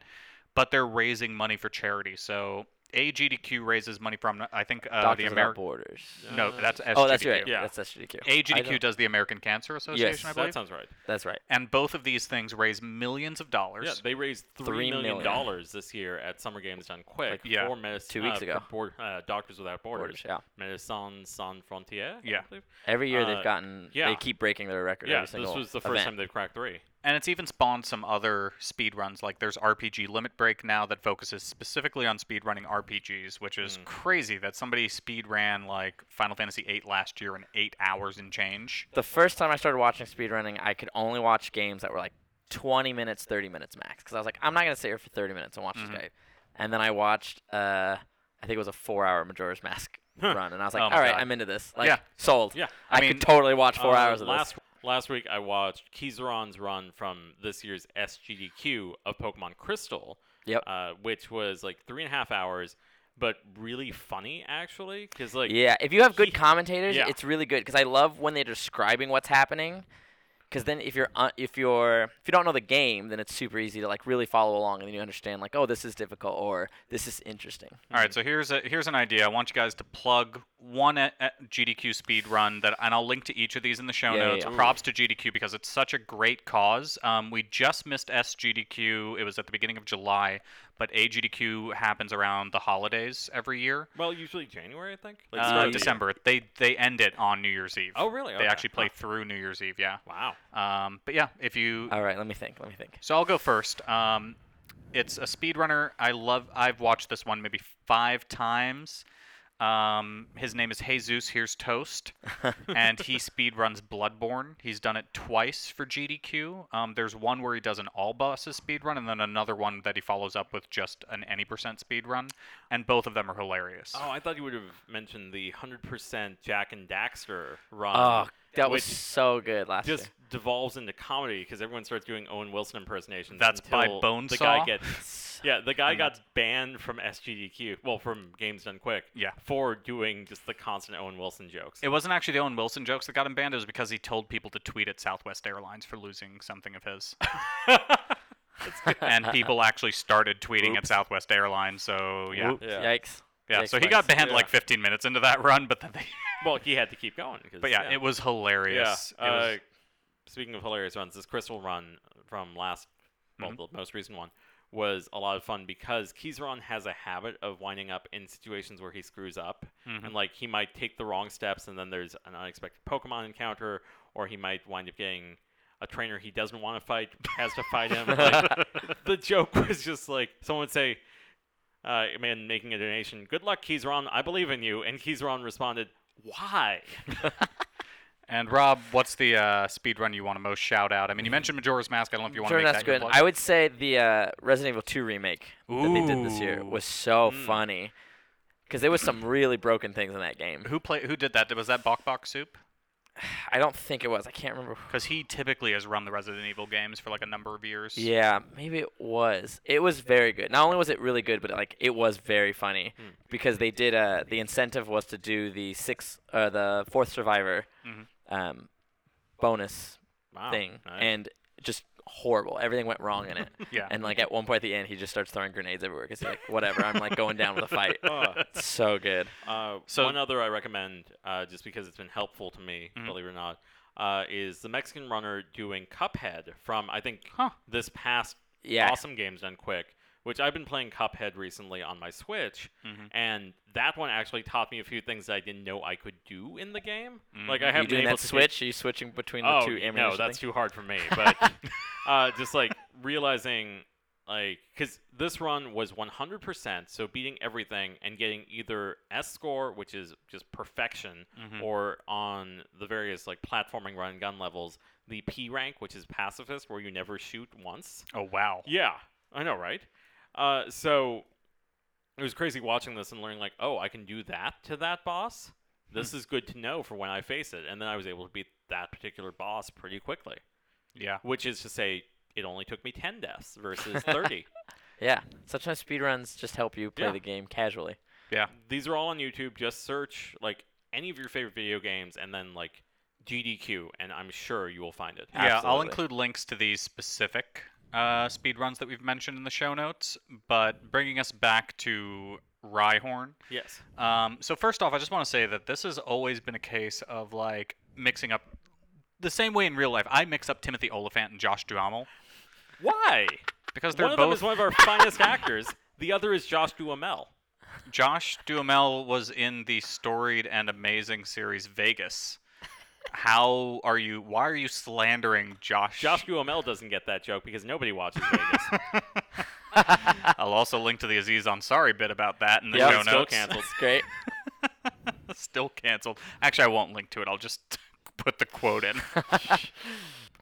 S2: but they're raising money for charity. So AGDQ raises money from I think uh, the
S4: Doctors Without
S2: American.
S4: Borders.
S2: No, that's SGDQ.
S4: oh, that's right.
S3: Yeah.
S4: That's SGDQ. I
S2: AGDQ
S4: don't-
S2: does the American Cancer Association,
S4: Yes,
S2: I believe.
S3: That sounds right.
S4: That's right.
S2: and both of these things raise millions of dollars.
S3: Yeah, they raised
S4: Three
S3: three million
S4: million.
S3: dollars this year at Summer Games Done Quick
S2: Like, yeah,
S3: for medicine,
S4: two weeks ago.
S3: Board, uh, Doctors Without Borders,
S4: Borders, yeah.
S3: Médecins Sans Frontières. I
S2: Yeah.
S3: believe.
S4: Every year
S3: Uh,
S4: they've gotten.
S3: yeah.
S4: They keep breaking their record.
S3: yeah.
S4: every single
S3: This was the first
S4: event.
S3: time they've cracked three.
S2: And it's even spawned some other speed runs. Like there's RPG Limit Break now that focuses specifically on speed running RPGs, which is
S4: Hmm.
S2: crazy that somebody speed ran like Final Fantasy VIII last year in eight hours and change.
S4: the first time I started watching speedrunning, I could only watch games that were like 20 minutes, 30 minutes max. Because I was like, I'm not going to sit here for 30 minutes and watch
S3: Mm-hmm.
S4: this guy. And then I watched, uh, I think it was a four hour Majora's Mask run. And I was like,
S2: Oh my
S4: all right,
S2: God.
S4: I'm into this. Like,
S2: Yeah.
S4: sold.
S3: Yeah.
S4: I,
S2: I mean,
S4: could totally watch four
S3: Uh,
S4: hours of
S3: last,
S4: this.
S3: Last week I watched Kizaron's run from this year's SGDQ of Pokemon Crystal.
S4: Yep.
S3: Uh, which was like three and a half hours, but really funny actually, because like
S4: yeah. If you have good
S3: he-
S4: commentators,
S3: yeah.
S4: it's really good. Because I love when they're describing what's happening. Because then, if you're un- if you're if you don't know the game, then it's super easy to like really follow along, and then you understand like, oh, this is difficult, or this is interesting.
S2: All right, so here's a here's an idea. I want you guys to plug one uh, a, a GDQ speed run that, and I'll link to each of these in the show
S4: Yeah, yeah,
S2: notes.
S4: yeah.
S2: Props to GDQ because it's such a great cause. Um, we just missed SGDQ. It was at the beginning of July, but AGDQ happens around the holidays every year.
S3: well usually January I think. Like, start
S2: Uh,
S3: of the year.
S2: December. They they end it on New Year's Eve.
S3: Um, Oh really?
S2: They
S3: Okay.
S2: actually play
S3: Huh.
S2: through New Year's Eve. Yeah.
S3: Wow.
S2: Um, but yeah, if you
S4: All right, let me think. Let me think.
S2: so I'll go first. Um, it's a speedrunner. I love. I've watched this one maybe five times. Um, his name is Jesus. Here's toast, and he speedruns Bloodborne. He's done it twice for GDQ. Um, there's one where he does an all bosses speedrun, and then another one that he follows up with just an any percent speedrun, and both of them are hilarious.
S3: Oh, I thought you would have mentioned the hundred percent Jack and Daxter run.
S2: Uh,
S4: Oh, that was
S3: which
S4: so good last
S3: just
S4: year.
S3: devolves into comedy because everyone starts doing Owen Wilson impersonations.
S2: That's by
S3: until The
S2: Bonesaw?
S3: guy gets
S4: S-
S3: yeah, the guy got banned from SGDQ. Well, from Games Done Quick.
S2: Yeah.
S3: for doing just the constant Owen Wilson jokes.
S2: It wasn't actually the Owen Wilson jokes that got him banned. It was because he told people to tweet at Southwest Airlines for losing something of his. and people actually started tweeting at Southwest Airlines. So yeah,
S4: Whoop,
S3: Yeah.
S4: Yikes.
S2: yeah.
S4: Yikes,
S2: So he
S4: yikes.
S2: got banned
S3: Yeah.
S2: like 15 minutes into that run, but then they.
S3: well, he had to keep going. 'cause,
S2: But yeah, it was
S3: yeah.
S2: hilarious. It
S3: uh,
S2: was-
S3: Speaking of hilarious runs, this Crystal run from last, well, the most recent one was a lot of fun because Kizaron has a habit of winding up in situations where he screws up, and like he might take the wrong steps, and then there's an unexpected Pokemon encounter, or he might wind up getting a trainer he doesn't want to fight has to fight him. Like, the joke was just like someone would say. Uh, a man making a donation. Good luck, Kizaron. I believe in you. And Kizaron responded, "Why?"
S2: and Rob, what's the uh, speed run you want to most shout out? I mean, you mentioned Majora's Mask. I don't know if you want
S4: Mm-hmm. Sure,
S2: to make
S4: that's
S2: that your
S4: good.
S2: plug.
S4: I would say the uh, Resident Evil 2 remake that they did this year
S2: Ooh. Mm.
S4: was so funny because there was some really broken things in that game.
S2: Who play? Who did that? Was that Bok Bok Soup?
S4: I don't think it was. I can't remember. who-
S2: Because he typically has run the Resident Evil games for like a number of years.
S4: Yeah, maybe it was. It was very good. Not only was it really good, but like it was very funny
S3: Hmm.
S4: because they did. Uh, the incentive was to do the six, uh, the fourth survivor, um, bonus
S3: Mm-hmm. Wow.
S4: thing
S3: nice.
S4: and just horrible. Everything went wrong in it.
S2: Yeah.
S4: And like at one point at the end, he just starts throwing grenades everywhere because like whatever, I'm like going down with a fight.
S3: Oh.
S4: It's so good.
S3: Uh,
S2: So-
S3: one other I recommend, uh, just because it's been helpful to me,
S4: Mm-hmm.
S3: believe it or not, uh, is the Mexican runner doing Cuphead from I think
S2: Huh.
S3: this past
S4: Yeah.
S3: awesome games done quick, which I've been playing Cuphead recently on my Switch,
S4: Mm-hmm.
S3: and that one actually taught me a few things that I didn't know I could do in the game. Like I
S4: Mm-hmm. Are
S3: haven't
S4: you
S3: been
S4: doing
S3: able
S4: that
S3: to do-
S4: switch? Are you switching between the
S3: oh,
S4: two
S3: y-
S4: ammunition?
S3: no, that's
S4: things?
S3: too hard for me. But uh, just like realizing, like, because this run was 100%, so beating everything and getting either S score, which is just perfection,
S4: Mm-hmm.
S3: or on the various like platforming run and gun levels, the P rank, which is pacifist, where you never shoot once.
S2: Oh wow.
S3: Yeah, I know, right? Uh, so it was crazy watching this and learning, like, oh, I can do that to that boss.
S2: Hmm.
S3: This is good to know for when I face it. And then I was able to beat that particular boss pretty quickly,
S2: Yeah.
S3: which is to say, it only took me 10 deaths versus 30.
S4: Yeah. Sometimes speedruns just help you play
S3: Yeah.
S4: the game casually.
S2: Yeah.
S3: These are all on YouTube. Just search, like, any of your favorite video games and then, like, GDQ, and I'm sure you will find it.
S2: Yeah, I'll
S4: Absolutely.
S2: include links to these specific uh, speed runs that we've mentioned in the show notes. But bringing us back to Rhyhorn.
S3: Yes.
S2: Um, so first off, I just want to say that this has always been a case of like mixing up the same way in real life. I mix up Timothy Oliphant and Josh Duhamel
S3: Why?
S2: because they're
S3: One of them
S2: both.
S3: is one of our finest actors. The other is Josh Duhamel.
S2: Josh Duhamel was in the storied and amazing series Vegas. How are you? Why are you slandering Josh?
S3: Josh Duhamel doesn't get that joke because nobody watches Vegas.
S2: I'll also link to the Aziz Ansari bit about that in the
S4: Yep.
S2: show
S3: Still
S2: notes.
S3: canceled.
S4: That's great.
S2: Still canceled. Actually, I won't link to it. I'll just put the quote in.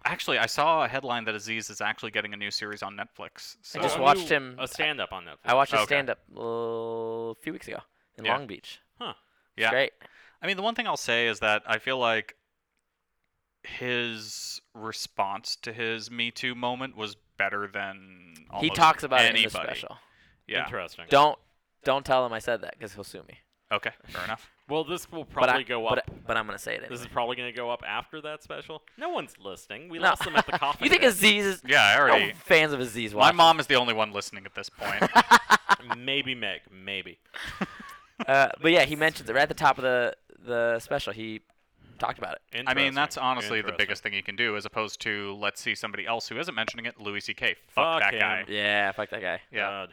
S2: actually, I saw a headline that Aziz is actually getting a new series on Netflix. So
S4: I just
S3: Oh,
S4: watched
S3: new-
S4: him-
S3: A stand up on Netflix.
S4: I watched his
S2: Oh, Okay.
S4: stand up a few weeks ago in
S2: Yeah.
S4: Long Beach.
S3: Huh.
S4: It's
S2: yeah.
S4: great.
S2: I mean, the one thing I'll say is that I feel like his response to his Me Too moment was better than almost
S4: he talks about
S2: anybody.
S4: it in the special.
S2: Yeah.
S3: Interesting.
S4: Don't don't tell him I said that because he'll sue me.
S2: Okay. Fair enough.
S3: Well, this will
S4: But I-
S3: probably go
S4: but
S3: up.
S4: I- But, I'm gonna say it.
S3: this
S4: Anyway.
S3: is probably going to go up after that special. No one's listening. We
S4: No.
S3: lost them at the coffee.
S4: you think
S3: bit.
S4: Aziz is?
S2: Yeah, I
S4: no
S2: already.
S4: fans of Aziz.
S2: my
S4: Watch
S2: mom is the only one listening at this point.
S3: maybe Meg, maybe.
S4: Uh, but yeah, he mentions it right at the top of the the special. He talked about it.
S2: I mean,
S3: Interesting.
S2: that's honestly the
S3: Interesting.
S2: biggest thing you can do, as opposed to let's see somebody else who isn't mentioning it, Louis C.K. Fuck,
S3: Fuck
S2: that
S3: him.
S2: guy.
S4: Yeah, fuck that guy.
S2: Yeah.
S3: God.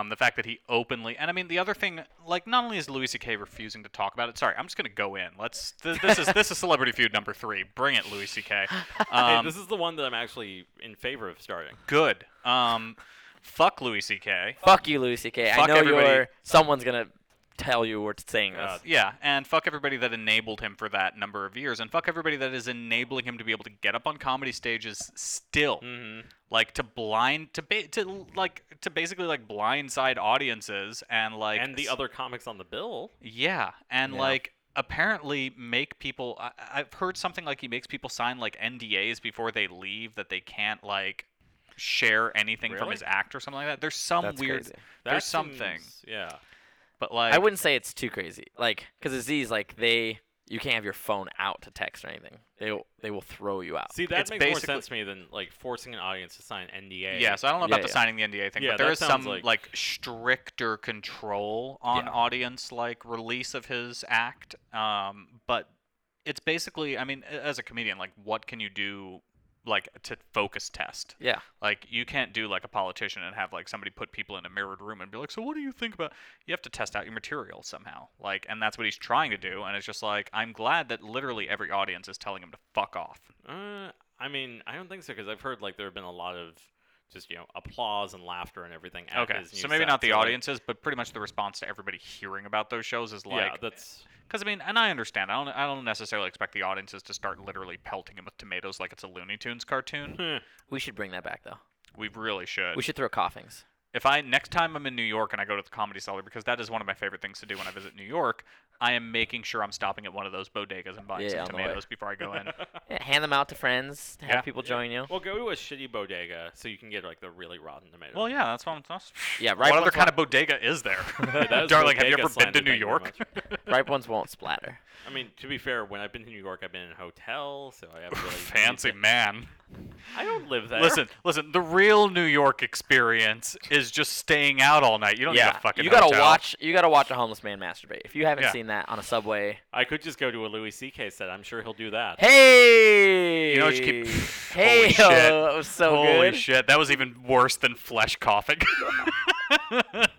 S2: Um, the fact that he openly, and I mean, the other thing, like, not only is Louis C.K. refusing to talk about it. Sorry, I'm just gonna go in. Let's. Th- this is this is Celebrity Feud number three. Bring it, Louis C.K.
S3: Hey,
S2: Um,
S3: this is the one that I'm actually in favor of starting.
S2: good. Um, fuck Louis C.K.
S4: Fuck you, Louis C.K. I
S2: Fuck
S4: know
S2: everybody.
S4: you're. Someone's gonna tell you we're saying this.
S3: God.
S2: Uh, Yeah, and fuck everybody that enabled him for that number of years, and fuck everybody that is enabling him to be able to get up on comedy stages still.
S3: hmm
S2: like to blind to ba- to like to basically like blindside audiences and like
S3: and the
S2: s-
S3: other comics on the bill.
S2: yeah and
S4: Yeah.
S2: like apparently make people I, i've heard something like he makes people sign like ndas before they leave that they can't like share anything from
S3: Really?
S2: his act or something like that there's some
S4: That's
S2: weird
S4: crazy.
S2: there's
S3: That
S2: something
S3: seems- Yeah.
S2: but like
S4: I wouldn't say it's too crazy. Like, cause Aziz, like they, you can't have your phone out to text or anything. They will, they will throw you out.
S3: See, that
S2: It's
S3: makes more
S2: basically-
S3: sense to me than like forcing an audience to sign an NDA.
S2: yeah, so I don't know about
S4: Yeah,
S2: the
S4: yeah.
S2: signing the NDA thing,
S3: Yeah,
S2: but there
S3: that
S2: is some
S3: sounds like-
S2: stricter control on
S4: Yeah.
S2: audience like release of his act. Um, but it's basically, I mean, a- as a comedian, like what can you do, like to focus test?
S4: Yeah.
S2: Like you can't do like a politician and have like somebody put people in a mirrored room and be like, so what do you think about? You have to test out your material somehow, like, and that's what he's trying to do. And it's just like I'm glad that literally every audience is telling him to fuck off.
S3: Uh, I mean, I don't think so because I've heard like there have been a lot of just you know applause and laughter and everything. at
S2: Okay,
S3: his new
S2: so maybe
S3: set,
S2: not the
S3: so, like,
S2: audiences, but pretty much the response to everybody hearing about those shows is like,
S3: yeah, that's
S2: because I mean, and I understand. I don't, I don't necessarily expect the audiences to start literally pelting him with tomatoes like it's a Looney Tunes cartoon.
S3: Huh.
S4: We should bring that back though.
S2: we really should.
S4: We should throw coughings.
S2: If I next time I'm in New York and I go to the Comedy Cellar, because that is one of my favorite things to do when I visit New York, I am making sure I'm stopping at one of those bodegas and buying
S4: Yeah,
S2: some
S4: on the way.
S2: tomatoes before I go in.
S4: Yeah, hand them out to friends. Have
S2: Yeah.
S4: people join you.
S3: well, go to a shitty bodega so you can get like the really rotten tomatoes.
S2: well, yeah, that's what I'm. That's,
S4: Yeah, right.
S2: what
S4: ones
S2: other kind of
S4: won't-
S2: bodega is there,
S3: That is
S2: darling? Have you
S3: bodega
S2: ever been
S3: slander,
S2: to New
S3: thank you very
S2: York?
S3: much.
S4: ripe ones won't splatter.
S3: I mean, to be fair, when I've been to New York, I've been in a hotel, so I haven't really
S2: Fancy man.
S3: I don't live there.
S2: Listen, listen. The real New York experience is just staying out all night. You don't need a fucking.
S4: you gotta
S2: hotel.
S4: watch. You gotta watch a homeless man masturbate. If you haven't
S2: Yeah.
S4: seen that on a subway,
S3: I could just go to a Louis C.K. set. I'm sure he'll do that.
S4: hey,
S2: You know what you keep-
S4: hey,
S2: Holy shit.
S4: oh, that was so
S2: Holy
S4: good.
S2: shit, that was even worse than flesh coughing.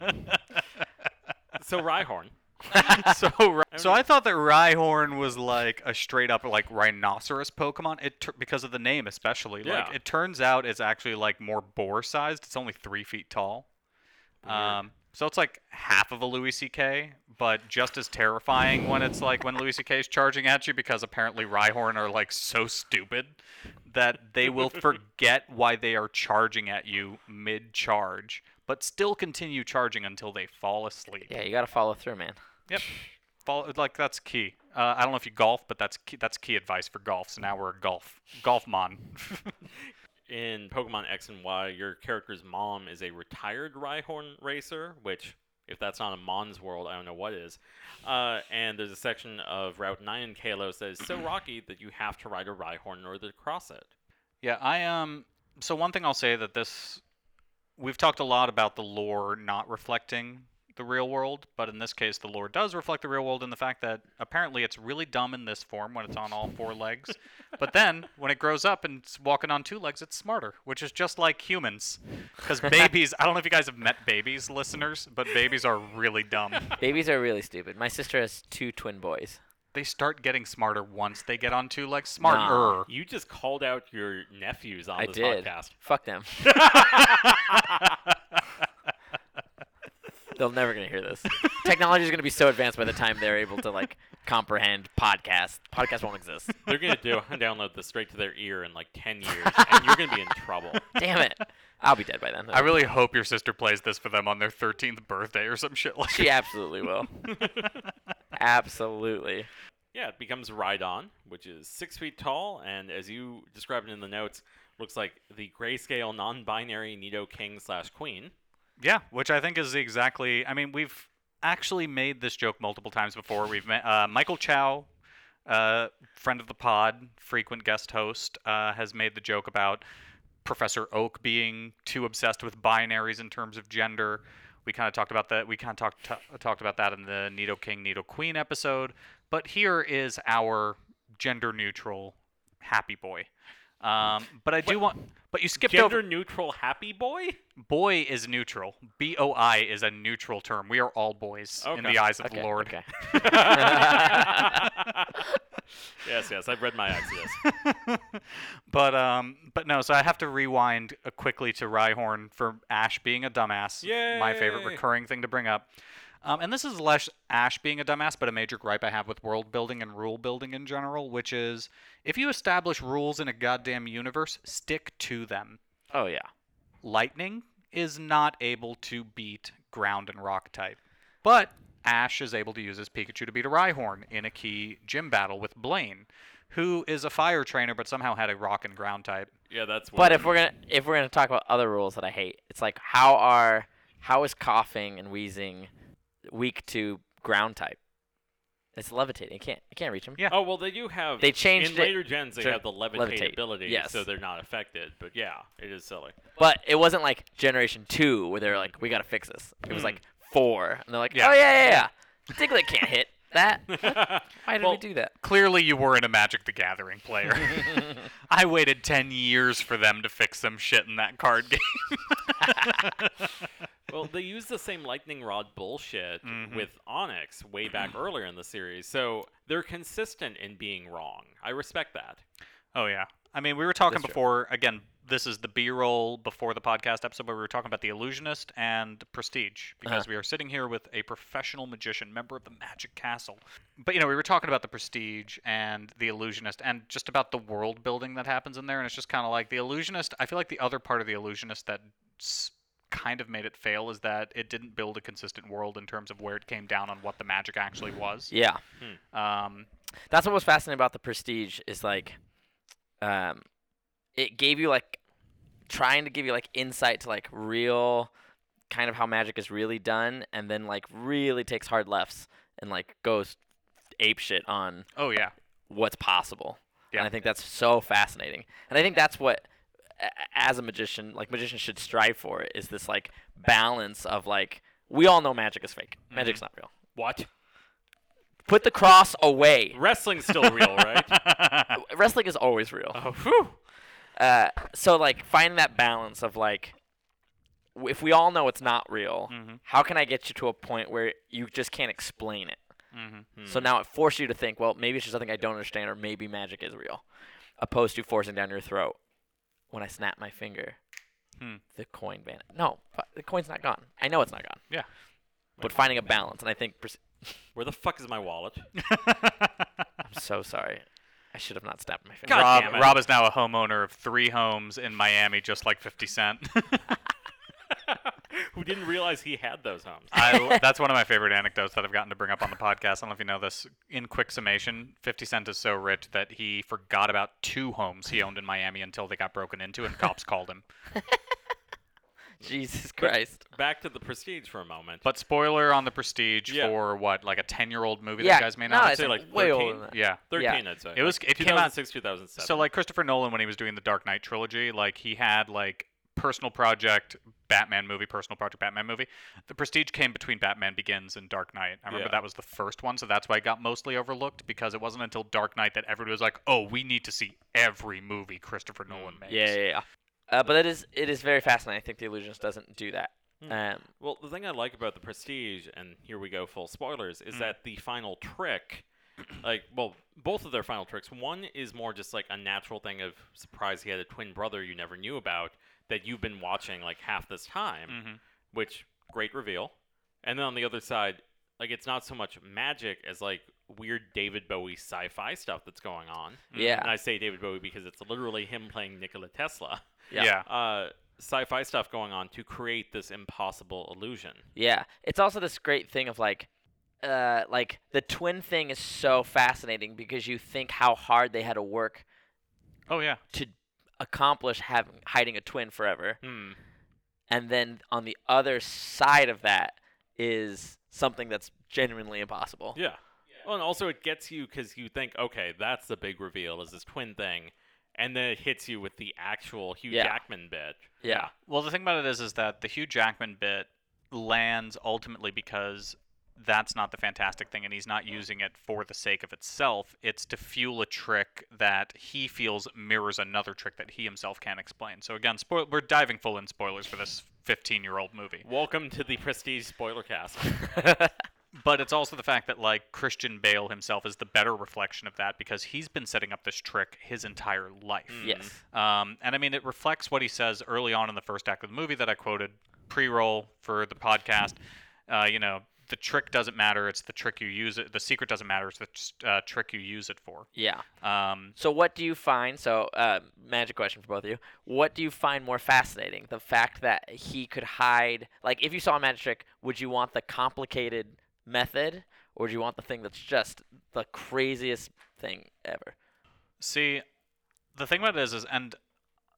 S3: So Rhyhorn.
S2: so, ri- so I thought that Rhyhorn was like a straight up like rhinoceros Pokemon. It tur- because of the name especially.
S3: Yeah.
S2: Like it turns out it's actually like more boar sized. It's only three feet tall. Um, so it's like half of a Louis C.K., but just as terrifying when it's like when Louis C.K. is charging at you because apparently Rhyhorn are like so stupid that they will forget why they are charging at you mid charge, but still continue charging until they fall asleep.
S4: Yeah, you gotta follow through, man.
S2: Yep. Fall, like that's key. Uh, I don't know if you golf, but that's key, that's key advice for golf. So now we're a golf golf mon.
S3: In Pokemon X and Y, your character's mom is a retired Rhyhorn racer, which, if that's not a Mon's world, I don't know what is. Uh, and there's a section of Route 9 in Kalos that is so rocky that you have to ride a Rhyhorn in order to cross it.
S2: Yeah, I um. So one thing I'll say that this, we've talked a lot about the lore not reflecting the real world, but in this case, the lore does reflect the real world in the fact that apparently it's really dumb in this form when it's on all four legs, but then when it grows up and it's walking on two legs, it's smarter, which is just like humans. Because babies, I don't know if you guys have met babies, listeners, but babies are really dumb.
S4: Babies are really stupid. My sister has two twin boys.
S2: They start getting smarter once they get on two legs. Smarter.
S3: You just called out your nephews on
S4: I
S3: this
S4: did.
S3: podcast.
S4: Fuck them. They're never gonna hear this. Technology is gonna be so advanced by the time they're able to like comprehend podcasts. Podcasts won't exist.
S3: They're gonna do download this straight to their ear in like ten years, and you're gonna be in trouble.
S4: Damn it. I'll be dead by then.
S2: I really hope your sister plays this for them on their 13th birthday or some shit like
S4: She absolutely will. absolutely.
S3: Yeah, it becomes Rhydon, which is six feet tall, and as you described it in the notes, looks like the grayscale non-binary Nido King slash Queen.
S2: Yeah, which I think is exactly. I mean, we've actually made this joke multiple times before. We've met uh, Michael Chow, uh, friend of the pod, frequent guest host, uh, has made the joke about Professor Oak being too obsessed with binaries in terms of gender. We kind of talked about that. We kind of talked uh, talked about that in the Nido King, Nido Queen episode. But here is our gender neutral happy boy. Um, but I do want. But you skipped over
S3: Gender neutral happy boy.
S2: boy is neutral. B O I is a neutral term. We are all boys in
S3: Okay.
S2: the eyes of
S4: Okay,
S2: the Lord.
S4: Okay.
S3: Yes, yes, I've read my Exodus.
S2: But um, but no. So I have to rewind uh, quickly to Rhyhorn for Ash being a dumbass. My favorite
S3: Yay.
S2: recurring thing to bring up. Um, and this is less Ash being a dumbass, but a major gripe I have with world building and rule building in general, which is if you establish rules in a goddamn universe, stick to them.
S4: Oh yeah.
S2: Lightning is not able to beat ground and rock type. But Ash is able to use his Pikachu to beat a Rhyhorn in a key gym battle with Blaine, who is a fire trainer but somehow had a rock and ground type.
S3: Yeah, that's.
S4: But
S3: weird.
S4: if we're gonna if we're gonna talk about other rules that I hate, it's like how are how is coughing and wheezing weak to ground type? It's levitating. You can't you can't reach him.
S2: Yeah.
S3: Oh well, they do have.
S4: They changed
S3: in
S4: it
S3: later gens. They
S4: to
S3: have the levitate,
S4: levitate,
S3: ability,
S4: yes.
S3: so they're not affected. But yeah, it is silly.
S4: But it wasn't like generation two where they were like, we gotta fix this. It was like four, and they're like,
S2: Yeah.
S4: oh yeah yeah yeah, Diglett can't hit that. Why did
S3: Well,
S4: we do that?
S2: Clearly, you weren't a Magic the Gathering player. I waited 10 years for them to fix some shit in that card game.
S3: well, they used the same lightning rod bullshit
S4: Mm-hmm.
S3: with Onyx way back earlier in the series, so they're consistent in being wrong. I respect that.
S2: Oh yeah. I mean, we were talking
S4: That's true.
S2: before. Again, this is the B-roll before the podcast episode, but we were talking about the illusionist and prestige
S4: Uh-huh.
S2: because we are sitting here with a professional magician, member of the Magic Castle. But you know, we were talking about the prestige and the illusionist, and just about the world building that happens in there. And it's just kind of like the illusionist. I feel like the other part of the illusionist that s- kind of made it fail is that it didn't build a consistent world in terms of where it came down on what the magic actually was.
S4: Yeah.
S2: Um,
S4: That's what was fascinating about the Prestige is like, um, it gave you like trying to give you like insight to like real kind of how magic is really done, and then like really takes hard lefts and like goes ape shit on
S2: oh yeah.
S4: what's possible. And
S2: Yeah.
S4: I think that's so fascinating, and I think that's what a- a- as a magician like magicians should strive for is this like balance of like we all know magic is fake magic's not real
S3: What?
S4: put the cross away
S3: Wrestling's still real, right?
S4: wrestling is always real
S3: oh, whew.
S4: Uh, so like finding that balance of like w- if we all know it's not real how can i get you to a point where you just can't explain it so now it forces you to think well maybe it's just something i don't understand or maybe magic is real opposed to forcing down your throat when i snap my finger
S2: Hmm.
S4: the coin van no fu- the coin's not gone i know it's not gone
S2: Yeah.
S4: but finding a balance and i think pers-
S3: Where the fuck is my wallet?
S4: i'm so sorry i should have not snapped my finger
S3: God
S2: Rob,
S3: damn it.
S2: Rob is now a homeowner of three homes in Miami, just like 50 Cent.
S3: Who didn't realize he had those homes?
S2: I, that's one of my favorite anecdotes that I've gotten to bring up on the podcast. I don't know if you know this. In quick summation, 50 Cent is so rich that he forgot about two homes he owned in Miami until they got broken into and cops called him.
S4: jesus christ
S3: Back to the prestige for a moment.
S2: But spoiler on the prestige
S3: Yeah.
S2: for what, like a 10 year old movie
S4: yeah
S2: that you guys may
S4: no,
S2: not have
S4: it's
S2: seen?
S3: say, like,
S4: way
S3: 13.
S4: older than that.
S2: yeah.
S3: Thirteen,
S4: yeah.
S3: I'd say.
S2: It was-
S3: Like
S2: it came out-
S3: 2006, 2007.
S2: So like Christopher Nolan when he was doing the Dark Knight trilogy, like he had like personal project Batman movie, personal project Batman movie. The Prestige came between Batman Begins and Dark Knight. I remember
S3: Yeah.
S2: that was the first one, so that's why it got mostly overlooked because it wasn't until Dark Knight that everybody was like, "Oh, we need to see every movie Christopher Nolan makes."
S4: Yeah, yeah, yeah. Uh, but that is it is very fascinating. I think the illusionist doesn't do that.
S3: Hmm.
S4: Um,
S3: Well, the thing I like about the Prestige, and here we go, full spoilers, is
S2: Mm.
S3: that the final trick, like, well, both of their final tricks. One is more just like a natural thing of surprise. He had a twin brother you never knew about that you've been watching like half this time,
S2: hmm
S3: which great reveal. And then on the other side, like, it's not so much magic as like weird David Bowie sci-fi stuff that's going on. And
S4: yeah,
S3: I say David Bowie because it's literally him playing Nikola Tesla.
S4: Yeah.
S2: Yeah.
S3: Uh, sci-fi stuff going on to create this impossible illusion.
S4: yeah. It's also this great thing of like, uh, like the twin thing is so fascinating because you think how hard they had to work
S2: Oh yeah.
S4: to accomplish having hiding a twin forever,
S3: Hmm.
S4: and then on the other side of that is something that's genuinely impossible.
S3: Yeah. Well, and also it gets you because you think, okay, that's the big reveal is this twin thing, and then it hits you with the actual Hugh
S4: Yeah.
S3: Jackman bit.
S4: yeah.
S2: Well, the thing about it is, is that the Hugh Jackman bit lands ultimately because that's not the fantastic thing, and he's not using it for the sake of itself. It's to fuel a trick that he feels mirrors another trick that he himself can't explain. So again, spoil- we're diving full in spoilers for this 15-year-old movie.
S3: Welcome to the Prestige spoiler cast.
S2: But it's also the fact that like Christian Bale himself is the better reflection of that because he's been setting up this trick his entire life.
S4: Yes.
S2: Um, and I mean, it reflects what he says early on in the first act of the movie that I quoted pre roll for the podcast. Uh, you know, the trick doesn't matter. It's the trick you use it. The secret doesn't matter. It's the tr- uh, trick you use it for.
S4: Yeah.
S2: Um,
S4: So what do you find? So uh, magic question for both of you. What do you find more fascinating? The fact that he could hide. Like, if you saw a magic trick, would you want the complicated method, or do you want the thing that's just the craziest thing ever?
S2: See, the thing about it is, is and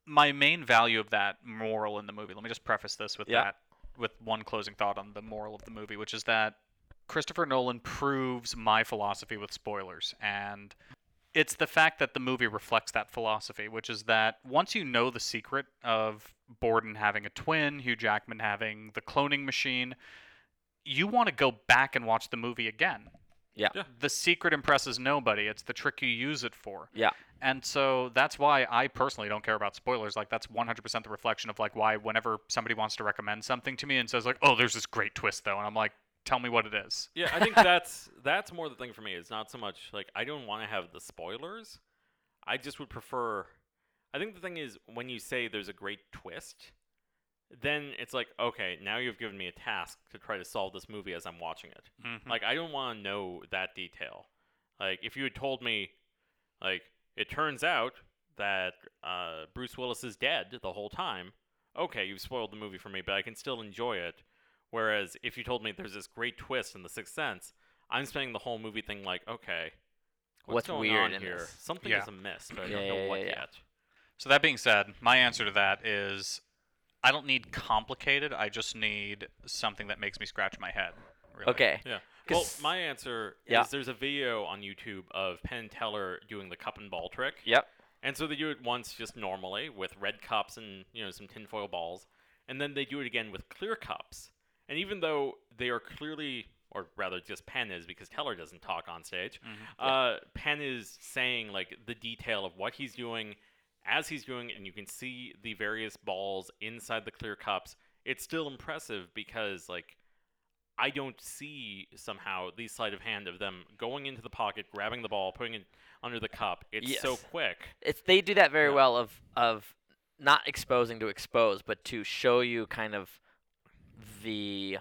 S2: my main value of that moral in the movie. Let me just preface this with
S4: Yeah.
S2: that, with one closing thought on the moral of the movie, which is that Christopher Nolan proves my philosophy with spoilers, and it's the fact that the movie reflects that philosophy, which is that once you know the secret of Borden having a twin, Hugh Jackman having the cloning machine, you want to go back and watch the movie again.
S4: Yeah.
S3: Yeah.
S2: The secret impresses nobody. It's the trick you use it for.
S4: Yeah.
S2: And so that's why I personally don't care about spoilers. Like that's 100% the reflection of like why whenever somebody wants to recommend something to me and says like, "Oh, there's this great twist though." And I'm like, "Tell me what it is."
S3: yeah, I think that's that's more the thing for me. It's not so much like I don't want to have the spoilers. I just would prefer. I think the thing is when you say there's a great twist, then it's like okay, now you've given me a task to try to solve this movie as I'm watching it.
S2: Mhm.
S3: Like I don't want to know that detail. Like if you had told me, like it turns out that uh, Bruce Willis is dead the whole time. Okay, you've spoiled the movie for me, but I can still enjoy it. Whereas if you told me there's this great twist in The Sixth Sense, I'm spending the whole movie thing like, okay,
S4: What's
S3: what's, going
S4: weird
S3: on
S4: in
S3: here?
S4: this?
S3: Something
S2: Yeah.
S3: is amiss, but I
S4: Yeah,
S3: don't know
S4: yeah,
S3: what
S4: yeah, yeah.
S3: yet.
S2: So that being said, my answer to that is I don't need complicated. I just need something that makes me scratch my head. Really.
S4: Okay.
S3: Yeah. Well,
S4: 'Cause-
S3: my answer
S4: Yeah.
S3: is there's a video on YouTube of Penn and Teller doing the cup and ball trick.
S4: Yep.
S3: And so they do it once just normally with red cups and you know some tinfoil balls, and then they do it again with clear cups. And even though they are clearly, or rather, just Penn is because Teller doesn't talk on stage. Uh, Penn is saying like the detail of what he's doing as he's doing, it, and you can see the various balls inside the clear cups. It's still impressive because like I don't see somehow the sleight of hand of them going into the pocket, grabbing the ball, putting it under the cup. It's so
S4: Yes.
S3: quick.
S4: It's they do that very
S3: Yeah.
S4: well of of not exposing to expose, but to show you kind of the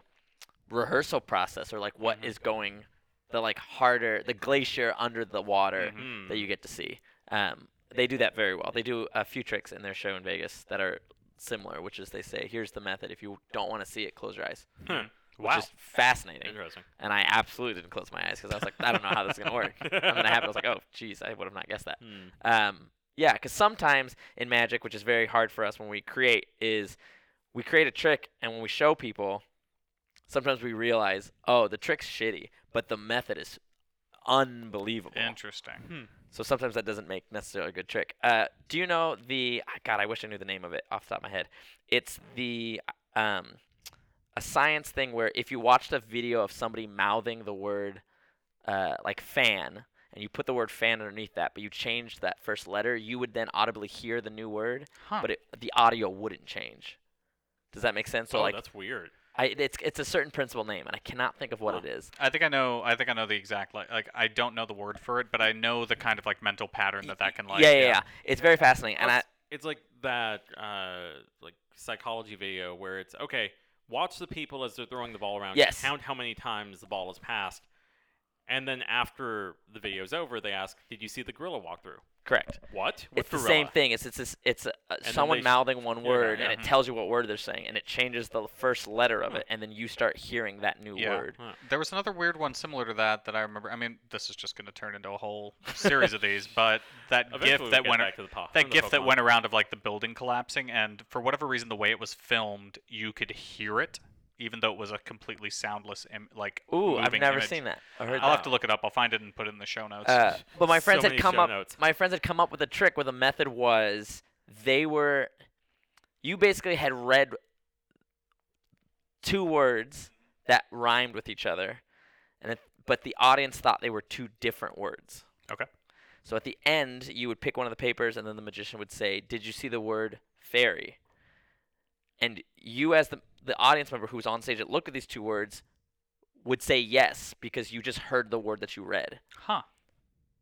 S4: rehearsal process or like what is going the like harder the glacier under the water.
S3: Mhm.
S4: that you get to see. Um, they do that very well. They do a few tricks in their show in Vegas that are similar, which is they say, "Here's the method. If you don't want to see it, close your eyes."
S2: Wow.
S4: Which is fascinating.
S3: Interesting.
S4: And I absolutely didn't close my eyes because I was like, "I don't know how this is gonna work." and then it happened. I was like, "Oh, geez, I would have not guessed that."
S3: Hmm.
S4: Um, yeah, because sometimes in magic, which is very hard for us when we create, is we create a trick, and when we show people, sometimes we realize, "Oh, the trick's shitty, but the method is unbelievable."
S2: Interesting. Hmm.
S4: So sometimes that doesn't make necessarily a good trick. Uh, do you know the ah, God? I wish I knew the name of it off the top of my head. It's the um, a science thing where if you watched a video of somebody mouthing the word uh, like fan and you put the word fan underneath that, but you changed that first letter, you would then audibly hear the new word,
S2: Huh.
S4: but it, the audio wouldn't change. Does that make sense? So
S3: oh,
S4: like,
S3: that's weird.
S4: I, it's it's a certain principal name, and I cannot think of what
S3: Huh.
S4: it is.
S2: I think I know. I think I know the exact like. Like I don't know the word for it, but I know the kind of like mental pattern that that can like.
S4: yeah, yeah, yeah. It's very fascinating, and I,
S3: Plus, it's like that uh, like psychology video where it's okay. Watch the people as they're throwing the ball around.
S4: Yes.
S3: Count how many times the ball is passed, and then after the video's over, they ask, "Did you see the gorilla walk through?"
S4: correct.
S3: What? What
S4: it's the
S3: gorilla?
S4: same thing. It's it's it's, it's uh,
S3: then
S4: someone
S3: they sh-
S4: mouthing one
S3: yeah,
S4: word,
S3: yeah.
S4: and it tells you what word they're saying, and it changes the first letter of it, and then you start hearing that new
S2: Yeah.
S4: word.
S3: Huh.
S2: There was another weird one similar to that that I remember. I mean, this is just going to turn into a whole series of these, but that
S3: Eventually
S2: gift
S3: we
S2: that
S3: get
S2: went
S3: back to the po-
S2: that
S3: the
S2: gift that
S3: Pokemon.
S2: went around of like the building collapsing, and for whatever reason, the way it was filmed, you could hear it, even though it was a completely soundless Im- like.
S4: Ooh, I've
S2: moving
S4: never
S2: image.
S4: seen that. I
S2: I'll
S4: heard
S2: have
S4: that.
S2: to look it up. I'll find it and put it in the show notes.
S4: Uh, but my
S3: So
S4: friends had
S3: many
S4: come
S3: show
S4: up.
S3: notes.
S4: My friends had come up with a trick where the method was they were, you basically had read two words that rhymed with each other, and it, but the audience thought they were two different words.
S2: Okay.
S4: So at the end, you would pick one of the papers, and then the magician would say, "Did you see the word fairy?" And you, as the the audience member who was on stage that looked at these two words, would say yes because you just heard the word that you read.
S2: huh.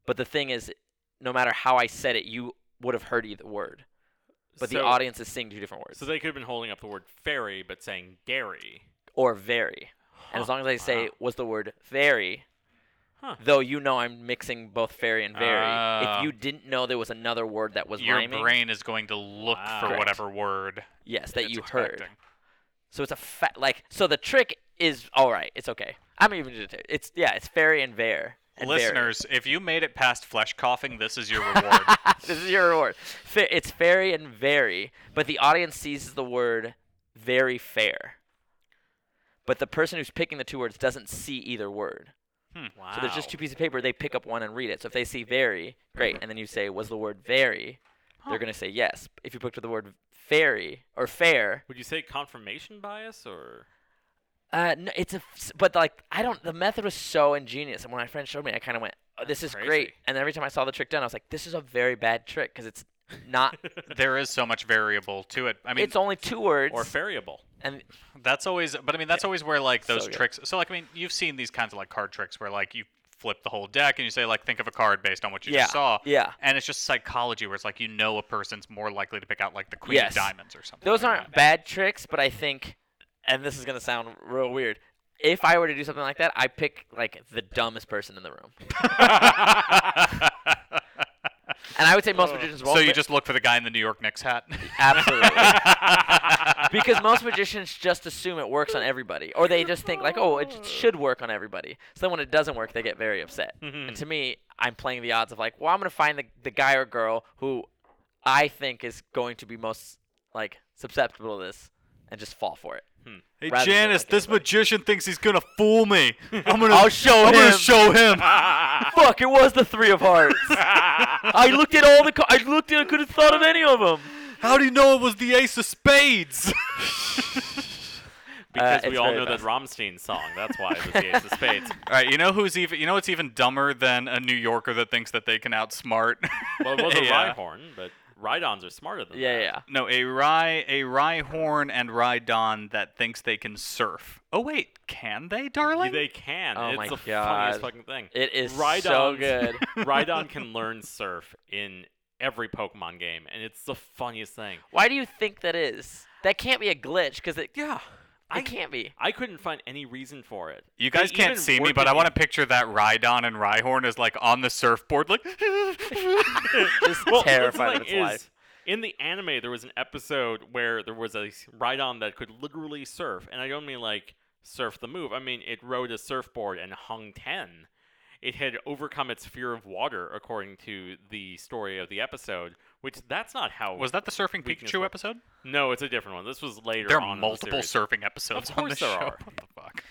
S4: But the thing is, no matter how I said it, you would have heard either word. But the
S3: So-
S4: audience is seeing two different words.
S3: So they could have been holding up the word fairy, but saying dairy.
S4: or very. And as
S3: Huh,
S4: long as I say
S3: wow.
S4: was the word very,
S3: Huh. Uh.
S4: though you know I'm mixing both fairy and very.
S2: Ah.
S4: if you didn't know there was another word that was
S2: Your
S4: rhyming,
S2: brain is going to look
S3: Wow.
S2: for
S4: Correct.
S2: whatever word
S4: yes, that
S2: it's
S4: you heard.
S2: expecting.
S4: So it's a fat like. So the trick is all right. It's okay. I'm even. just- It's yeah. It's fairy and bear. And very.
S2: Listeners, if you made it past flesh coughing, this is your reward.
S4: this is your reward. Fa- It's fairy and very, but the audience sees the word very fair. But the person who's picking the two words doesn't see either word.
S3: Wow.
S4: Hmm. So there's just two pieces of paper. They pick up one and read it. So if they see very, great. And then you say, was the word very? They're going to say yes. If you picked up the word fairy or fair,
S3: Would you say confirmation bias or?
S4: uh, no, it's a, s- but like I don't. The method was so ingenious, and when my friend showed me, I kind of went, oh, "This is
S3: That's
S4: great."
S3: crazy.
S4: And every time I saw the trick done, I was like, "This is a very bad trick because it's not.
S2: there is so much variable to it. I mean,
S4: it's uh, only two words."
S3: Or variable.
S4: and
S2: that's always, but I mean, that's always where like those
S4: So good.
S2: tricks. So like, I mean, you've seen these kinds of like card tricks where like you flip the whole deck and you say like, think of a card based on what you
S4: yeah,
S2: just saw.
S4: yeah.
S2: And it's just psychology where it's like you know a person's more likely to pick out like the queen
S4: Yes.
S2: of diamonds or something.
S4: Those
S2: like
S4: aren't
S2: that.
S4: bad tricks, but I think, and this is gonna sound real weird. If I were to do something like that, I pick like the dumbest person in the room, and I would say most magicians won't.
S2: Oh. so you
S4: but-
S2: just look for the guy in the New York Knicks hat.
S4: absolutely. because most magicians just assume it works on everybody, or they just think like, oh, it j- should work on everybody. So then when it doesn't work, they get very upset. and to me, I'm playing the odds of like, well, I'm gonna find the the guy or girl who I think is going to be most like susceptible to this, and just fall for it.
S2: Hey
S4: rather than Janice, like this anybody.
S2: magician thinks he's gonna fool me. I'm gonna,
S4: I'll show him.
S2: show him.
S4: Fuck! It was the three of hearts. I looked at all the. ca- I looked at. I couldn't thought of any of them.
S2: How do you know it was the Ace of Spades?
S3: Because
S4: it's
S3: we all
S4: very
S3: know that Rammstein song. That's why it was the Ace of Spades.
S2: All right, you know who's even? You know what's even dumber than a New Yorker that thinks that they can outsmart?
S3: Well, it was a
S2: Yeah.
S3: Rhyhorn, but Rhydons are smarter than
S4: Yeah,
S3: that.
S4: yeah.
S2: no, a rye, a rye horn and rye don that thinks they can surf. Oh wait, can they,
S3: Yeah,
S2: darling?
S3: They can.
S4: Oh
S3: it's
S4: my
S3: the funniest
S4: God.
S3: fucking thing.
S4: It is so
S3: Rhydons-
S4: good.
S3: Rhydon can learn surf in every Pokemon game, and it's the funniest thing.
S4: Why do you think that is? That can't be a glitch, because it.
S3: Yeah.
S4: I
S3: I
S4: can't be.
S3: I couldn't find any reason for it.
S2: you guys
S3: They
S2: can't
S3: even
S2: see me,
S3: work
S2: but
S3: it
S2: I want to
S3: in-
S2: picture that Rhydon and Rhyhorn as like on the surfboard, like.
S4: Just
S3: Well,
S4: terrified of
S3: the
S4: its
S3: thing
S4: life.
S3: is, in the anime, there was an episode where there was a s- Rhydon that could literally surf, and I don't mean like surf the move. I mean it rode a surfboard and hung ten. It had overcome its fear of water, according to the story of the episode. Which that's not how.
S2: was that the surfing
S3: Weakness
S2: Pikachu
S3: one.
S2: episode?
S3: No, it's a different one. This was later.
S2: There
S3: on
S2: are
S3: in the
S2: multiple
S3: series.
S2: surfing episodes
S3: Of
S2: on
S3: course
S2: this
S3: there
S2: show.
S3: are.
S2: What the fuck?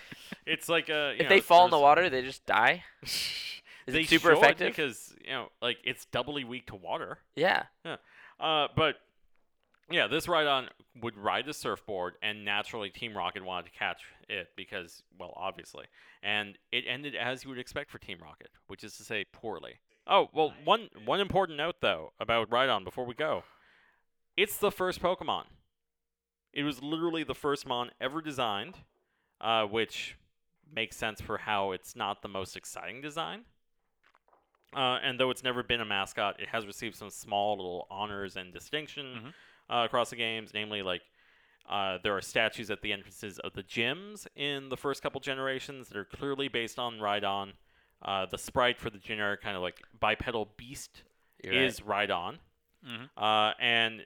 S3: It's like a. you
S4: If
S3: know,
S4: they fall in the
S3: there's-
S4: water, they just die. Is
S3: they
S4: it super
S3: should,
S4: effective?
S3: because you know, like it's doubly weak to water.
S4: yeah.
S3: Uh, but Yeah, this Rhydon would ride the surfboard, and naturally, Team Rocket wanted to catch it because, well, obviously. And it ended as you would expect for Team Rocket, which is to say, poorly. Oh, well, one, one important note, though, about Rhydon before we go it's the first Pokemon. It was literally the first Mon ever designed, uh, which makes sense for how it's not the most exciting design. Uh, and though it's never been a mascot, it has received some small little honors and distinction uh, across the games. Namely, like uh, there are statues at the entrances of the gyms in the first couple generations that are clearly based on Rhydon. Uh, the sprite for the generic kind of like bipedal beast
S4: You're
S3: is Rhydon.
S2: Mhm.
S3: Uh, and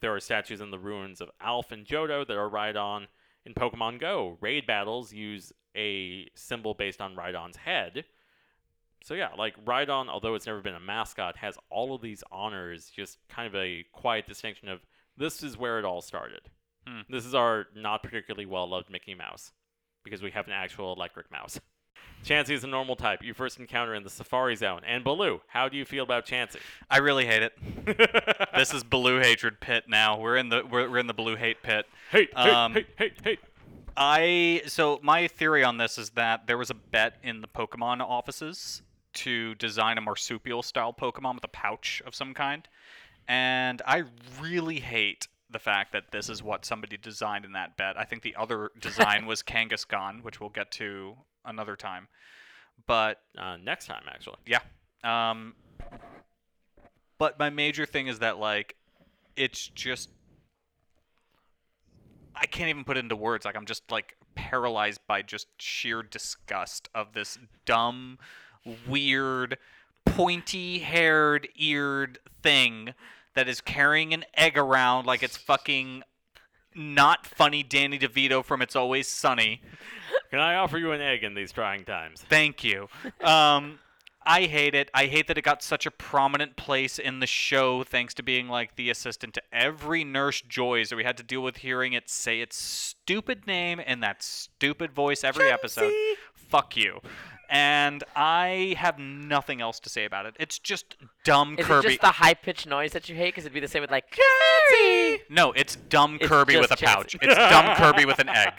S3: there are statues in the ruins of Alf and Johto that are Rhydon. In Pokemon Go, raid battles use a symbol based on Rhydon's head. So yeah, like Rhydon, although it's never been a mascot, has all of these honors, just kind of a quiet distinction of this is where it all started.
S2: Hmm.
S3: This is our not particularly well loved Mickey Mouse because we have an actual electric mouse. Chansey is a normal type. You first encounter in the Safari Zone. And Baloo, how do you feel about Chansey?
S2: I really hate it. this is blue hatred pit now. We're in the we're, we're in the blue hate pit.
S3: Hey,
S2: Um,
S3: hey, hey, hey,
S2: I so my theory on this is that there was a bet in the Pokemon offices to design a marsupial style Pokemon with a pouch of some kind. And I really hate the fact that this is what somebody designed in that bet. I think the other design was Kangaskhan, which we'll get to another time. But
S3: hey. Uh, next time, actually.
S2: yeah. Um, but my major thing is that like, it's just I can't even put it into words. Like I'm just like paralyzed by just sheer disgust of this dumb, weird, pointy-haired, eared thing that is carrying an egg around like it's fucking not funny Danny DeVito from It's Always Sunny.
S3: Can I offer you an egg in these trying times?
S2: Thank you. Um, I hate it. I hate that it got such a prominent place in the show, thanks to being like the assistant to every nurse Joy. So we had to deal with hearing it say its stupid name in that stupid voice every episode. Fuck you. And I have nothing else to say about it. It's just dumb
S4: Is
S2: Kirby.
S4: it just the high pitched noise that you hate? Because it'd be the same with like Kirby.
S2: no, it's dumb
S4: It's
S2: Kirby with a
S4: just
S2: pouch.
S4: Chansey.
S2: It's dumb Kirby with an egg.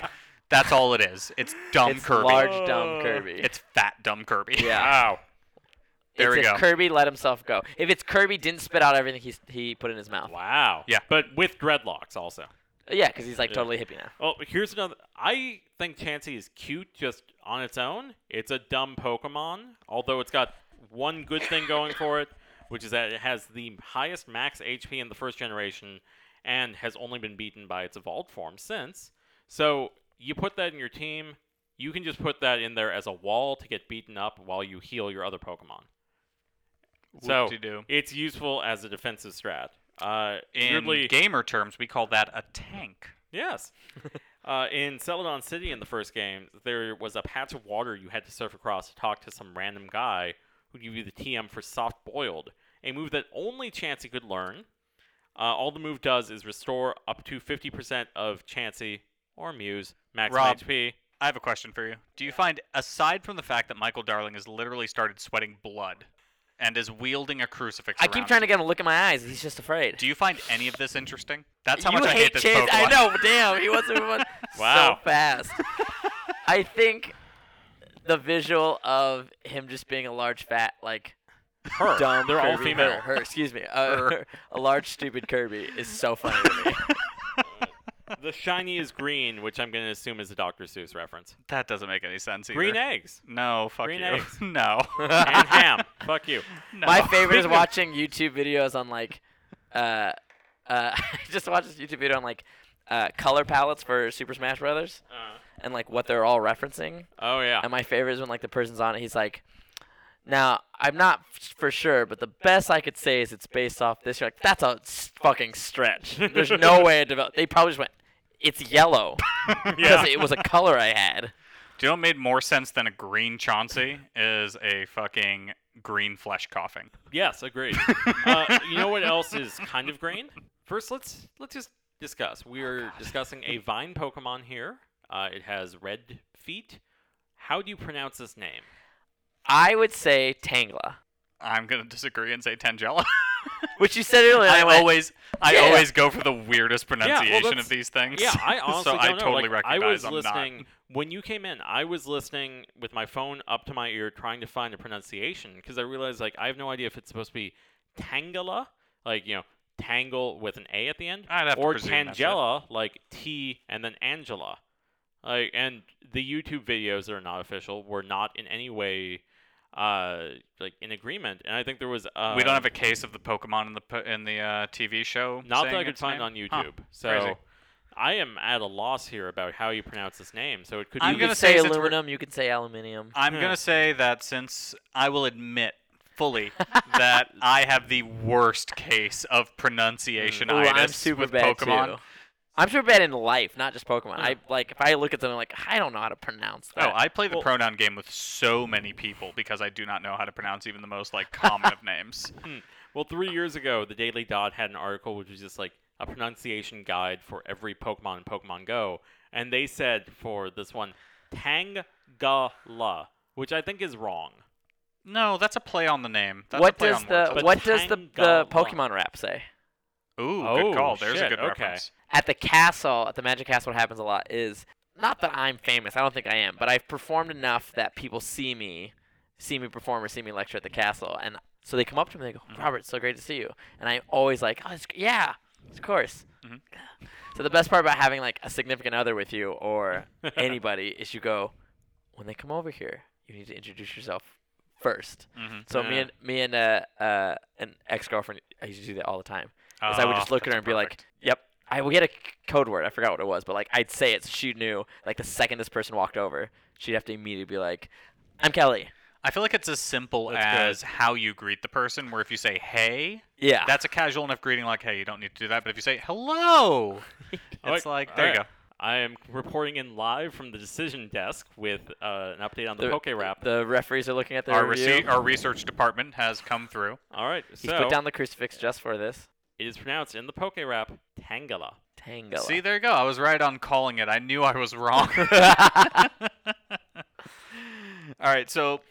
S2: That's all it is. It's dumb
S4: It's
S2: Kirby.
S4: large dumb
S3: Oh.
S4: Kirby.
S2: It's fat dumb Kirby.
S4: Yeah.
S3: Wow.
S2: there
S4: it's
S2: we
S4: if
S2: go.
S4: Kirby let himself go. If it's Kirby didn't spit out everything he he put in his mouth.
S3: Wow.
S2: Yeah.
S3: But with dreadlocks also.
S4: Yeah, because he's like
S3: Yeah.
S4: totally hippie now.
S3: Oh, here's another. I think Chansey is cute just on its own. It's a dumb Pokemon, although it's got one good thing going for it, which is that it has the highest max HP in the first generation and has only been beaten by its evolved form since. So you put that in your team, you can just put that in there as a wall to get beaten up while you heal your other Pokemon. So
S2: Whoop-de-doo.
S3: it's useful as a defensive strat. Uh,
S2: In
S3: weirdly-
S2: gamer terms, we call that a tank.
S3: Yes. uh, in Celadon City in the first game, there was a patch of water you had to surf across to talk to some random guy who gave you the TM for soft boiled, a move that only Chansey could learn. Uh, all the move does is restore up to 50% of Chansey or Muse max
S2: Rob.
S3: HP.
S2: I have a question for you. Do you find, aside from the fact that Michael Darling has literally started sweating blood and is wielding a crucifix,
S4: I keep
S2: around
S4: trying to
S2: him,
S4: get him to look in my eyes. He's just afraid.
S2: Do you find any of this interesting? That's how
S4: you
S2: much I hate this
S4: Chance-
S2: Pokemon.
S4: I know. but Damn, he wants to move on
S3: Wow.
S4: so fast. I think the visual of him just being a large fat like
S3: Her.
S4: dumb.
S3: They're all
S4: Kirby-
S3: female.
S4: Her, her, excuse me. Uh,
S2: Her.
S4: a large stupid Kirby is so funny to me.
S3: the shiny is green, which I'm going to assume is a Dr. Seuss reference.
S2: That doesn't make any sense either.
S3: Green eggs.
S2: No, fuck
S3: Green
S2: you.
S3: eggs.
S2: no.
S3: and ham. Fuck you.
S2: No.
S4: My favorite
S3: Speaking
S4: is
S3: of-
S4: watching YouTube videos on like, uh, uh, just watch this YouTube video on like, uh, color palettes for Super Smash Brothers
S3: Uh.
S4: and like what they're all referencing.
S3: oh, yeah.
S4: And my favorite is when like the person's on it, he's like, "Now I'm not f- for sure, but the best I could say is it's based off this." You're like, "That's a s- fucking stretch. There's no way it developed." They probably just went, "It's yellow because it was a color I had."
S2: Do you know what made more sense than a green Chauncey is a fucking green flesh coughing.
S3: Yes, agreed. uh, you know what else is kind of green? First, let's let's just discuss. We're discussing a vine Pokemon here. Uh, it has red feet. How do you pronounce this name?
S4: I would say Tangla.
S2: I'm going to disagree and say Tangela.
S4: Which you said earlier.
S2: I
S4: I went,
S2: always, I
S4: "Yeah."
S2: always go for the weirdest
S3: well,
S2: pronunciation
S3: that's-
S2: of these things.
S3: Yeah, I honestly
S2: so
S3: don't
S2: I
S3: know.
S2: totally
S3: like,
S2: recognize
S3: I was
S2: am
S3: listening
S2: not.
S3: when you came in. I was listening with my phone up to my ear, trying to find a pronunciation because I realized like I have no idea if it's supposed to be Tangela, like you know, tangle with an a at the end,
S2: I'd have to
S3: or
S2: presume that's it.
S3: Tangela, like T and then Angela. Like, and the YouTube videos that are not official were not in any way uh like in agreement and i think there was uh
S2: we don't have a case of the Pokemon in the po- in the uh, TV show.
S3: not that
S2: saying
S3: I could
S2: its
S3: find
S2: name?
S3: on YouTube.
S2: Huh,
S3: so
S2: crazy.
S3: I am at a loss here about how you pronounce his name. So it could
S2: I'm
S4: you
S3: be
S2: gonna
S4: can
S2: say
S4: say
S2: since we're-
S4: aluminum. You can say aluminium.
S2: I'm
S3: Yeah.
S2: gonna say that since I will admit fully that I have the worst case of pronunciation
S3: Mm.
S4: Ooh, I'm
S2: itis
S4: super
S2: with
S4: bad
S2: Pokemon.
S4: too. I'm super bad in life, not just Pokemon.
S3: Yeah.
S4: I like if I look at something like I don't know how to pronounce that.
S2: Oh, I play the
S3: Well-
S2: pronoun game with so many people because I do not know how to pronounce even the most like common of names.
S3: well, three years ago, the Daily Dot had an article which was just like a pronunciation guide for every Pokemon in Pokemon Go, and they said for this one Tangela, which I think is wrong.
S2: No, that's a play on the name. That's a
S4: what
S2: play
S4: does
S2: on words.
S4: the
S3: but
S4: what does the, the
S3: Tangela.
S4: Pokemon rap say?
S2: Ooh,
S3: Oh,
S2: good call. There's
S3: shit,
S2: a good
S3: okay.
S2: reference.
S4: At the castle, at the Magic Castle, what happens a lot is not that I'm famous. I don't think I am, but I've performed enough that people see me, see me perform or see me lecture at the castle, and so they come up to me and they go, "Robert, it's so great to see you." And I'm always like, "Oh, it's, yeah, of course."
S2: Mhm.
S4: So the best part about having like a significant other with you or anybody is you go when they come over here, you need to introduce yourself first.
S2: Mhm.
S4: So me
S3: Yeah.
S4: and me and uh, uh, an ex girlfriend, I used to do that all the time. Because I would just
S2: Ah,
S4: look at her and
S2: that's
S4: be like,
S2: perfect.
S4: "Yep." I would get a c- code word. I forgot what it was, but like I'd say it, so she knew. Like the second this person walked over, she'd have to immediately be like, "I'm Kelly."
S2: I feel like it's as simple
S3: That's good.
S2: as how you greet the person. Where if you say "Hey,"
S4: Yeah.
S2: that's a casual enough greeting. Like, "Hey, you don't need to do that." But if you say "Hello,"
S3: Oh,
S2: it's
S3: wait.
S2: like, "There you go."
S3: Alright. I am reporting in live from the decision desk with uh, an update on the, Poke Rap.
S4: The referees are looking at the
S2: Our,
S4: review.
S2: rece- our research department has come through.
S3: All right,
S4: He's
S3: so
S4: put down the crucifix just for this.
S3: it is pronounced in the Poke Rap Tangela.
S4: Tangela.
S2: See, there you go. I was right on calling it. I knew I was wrong. All right, so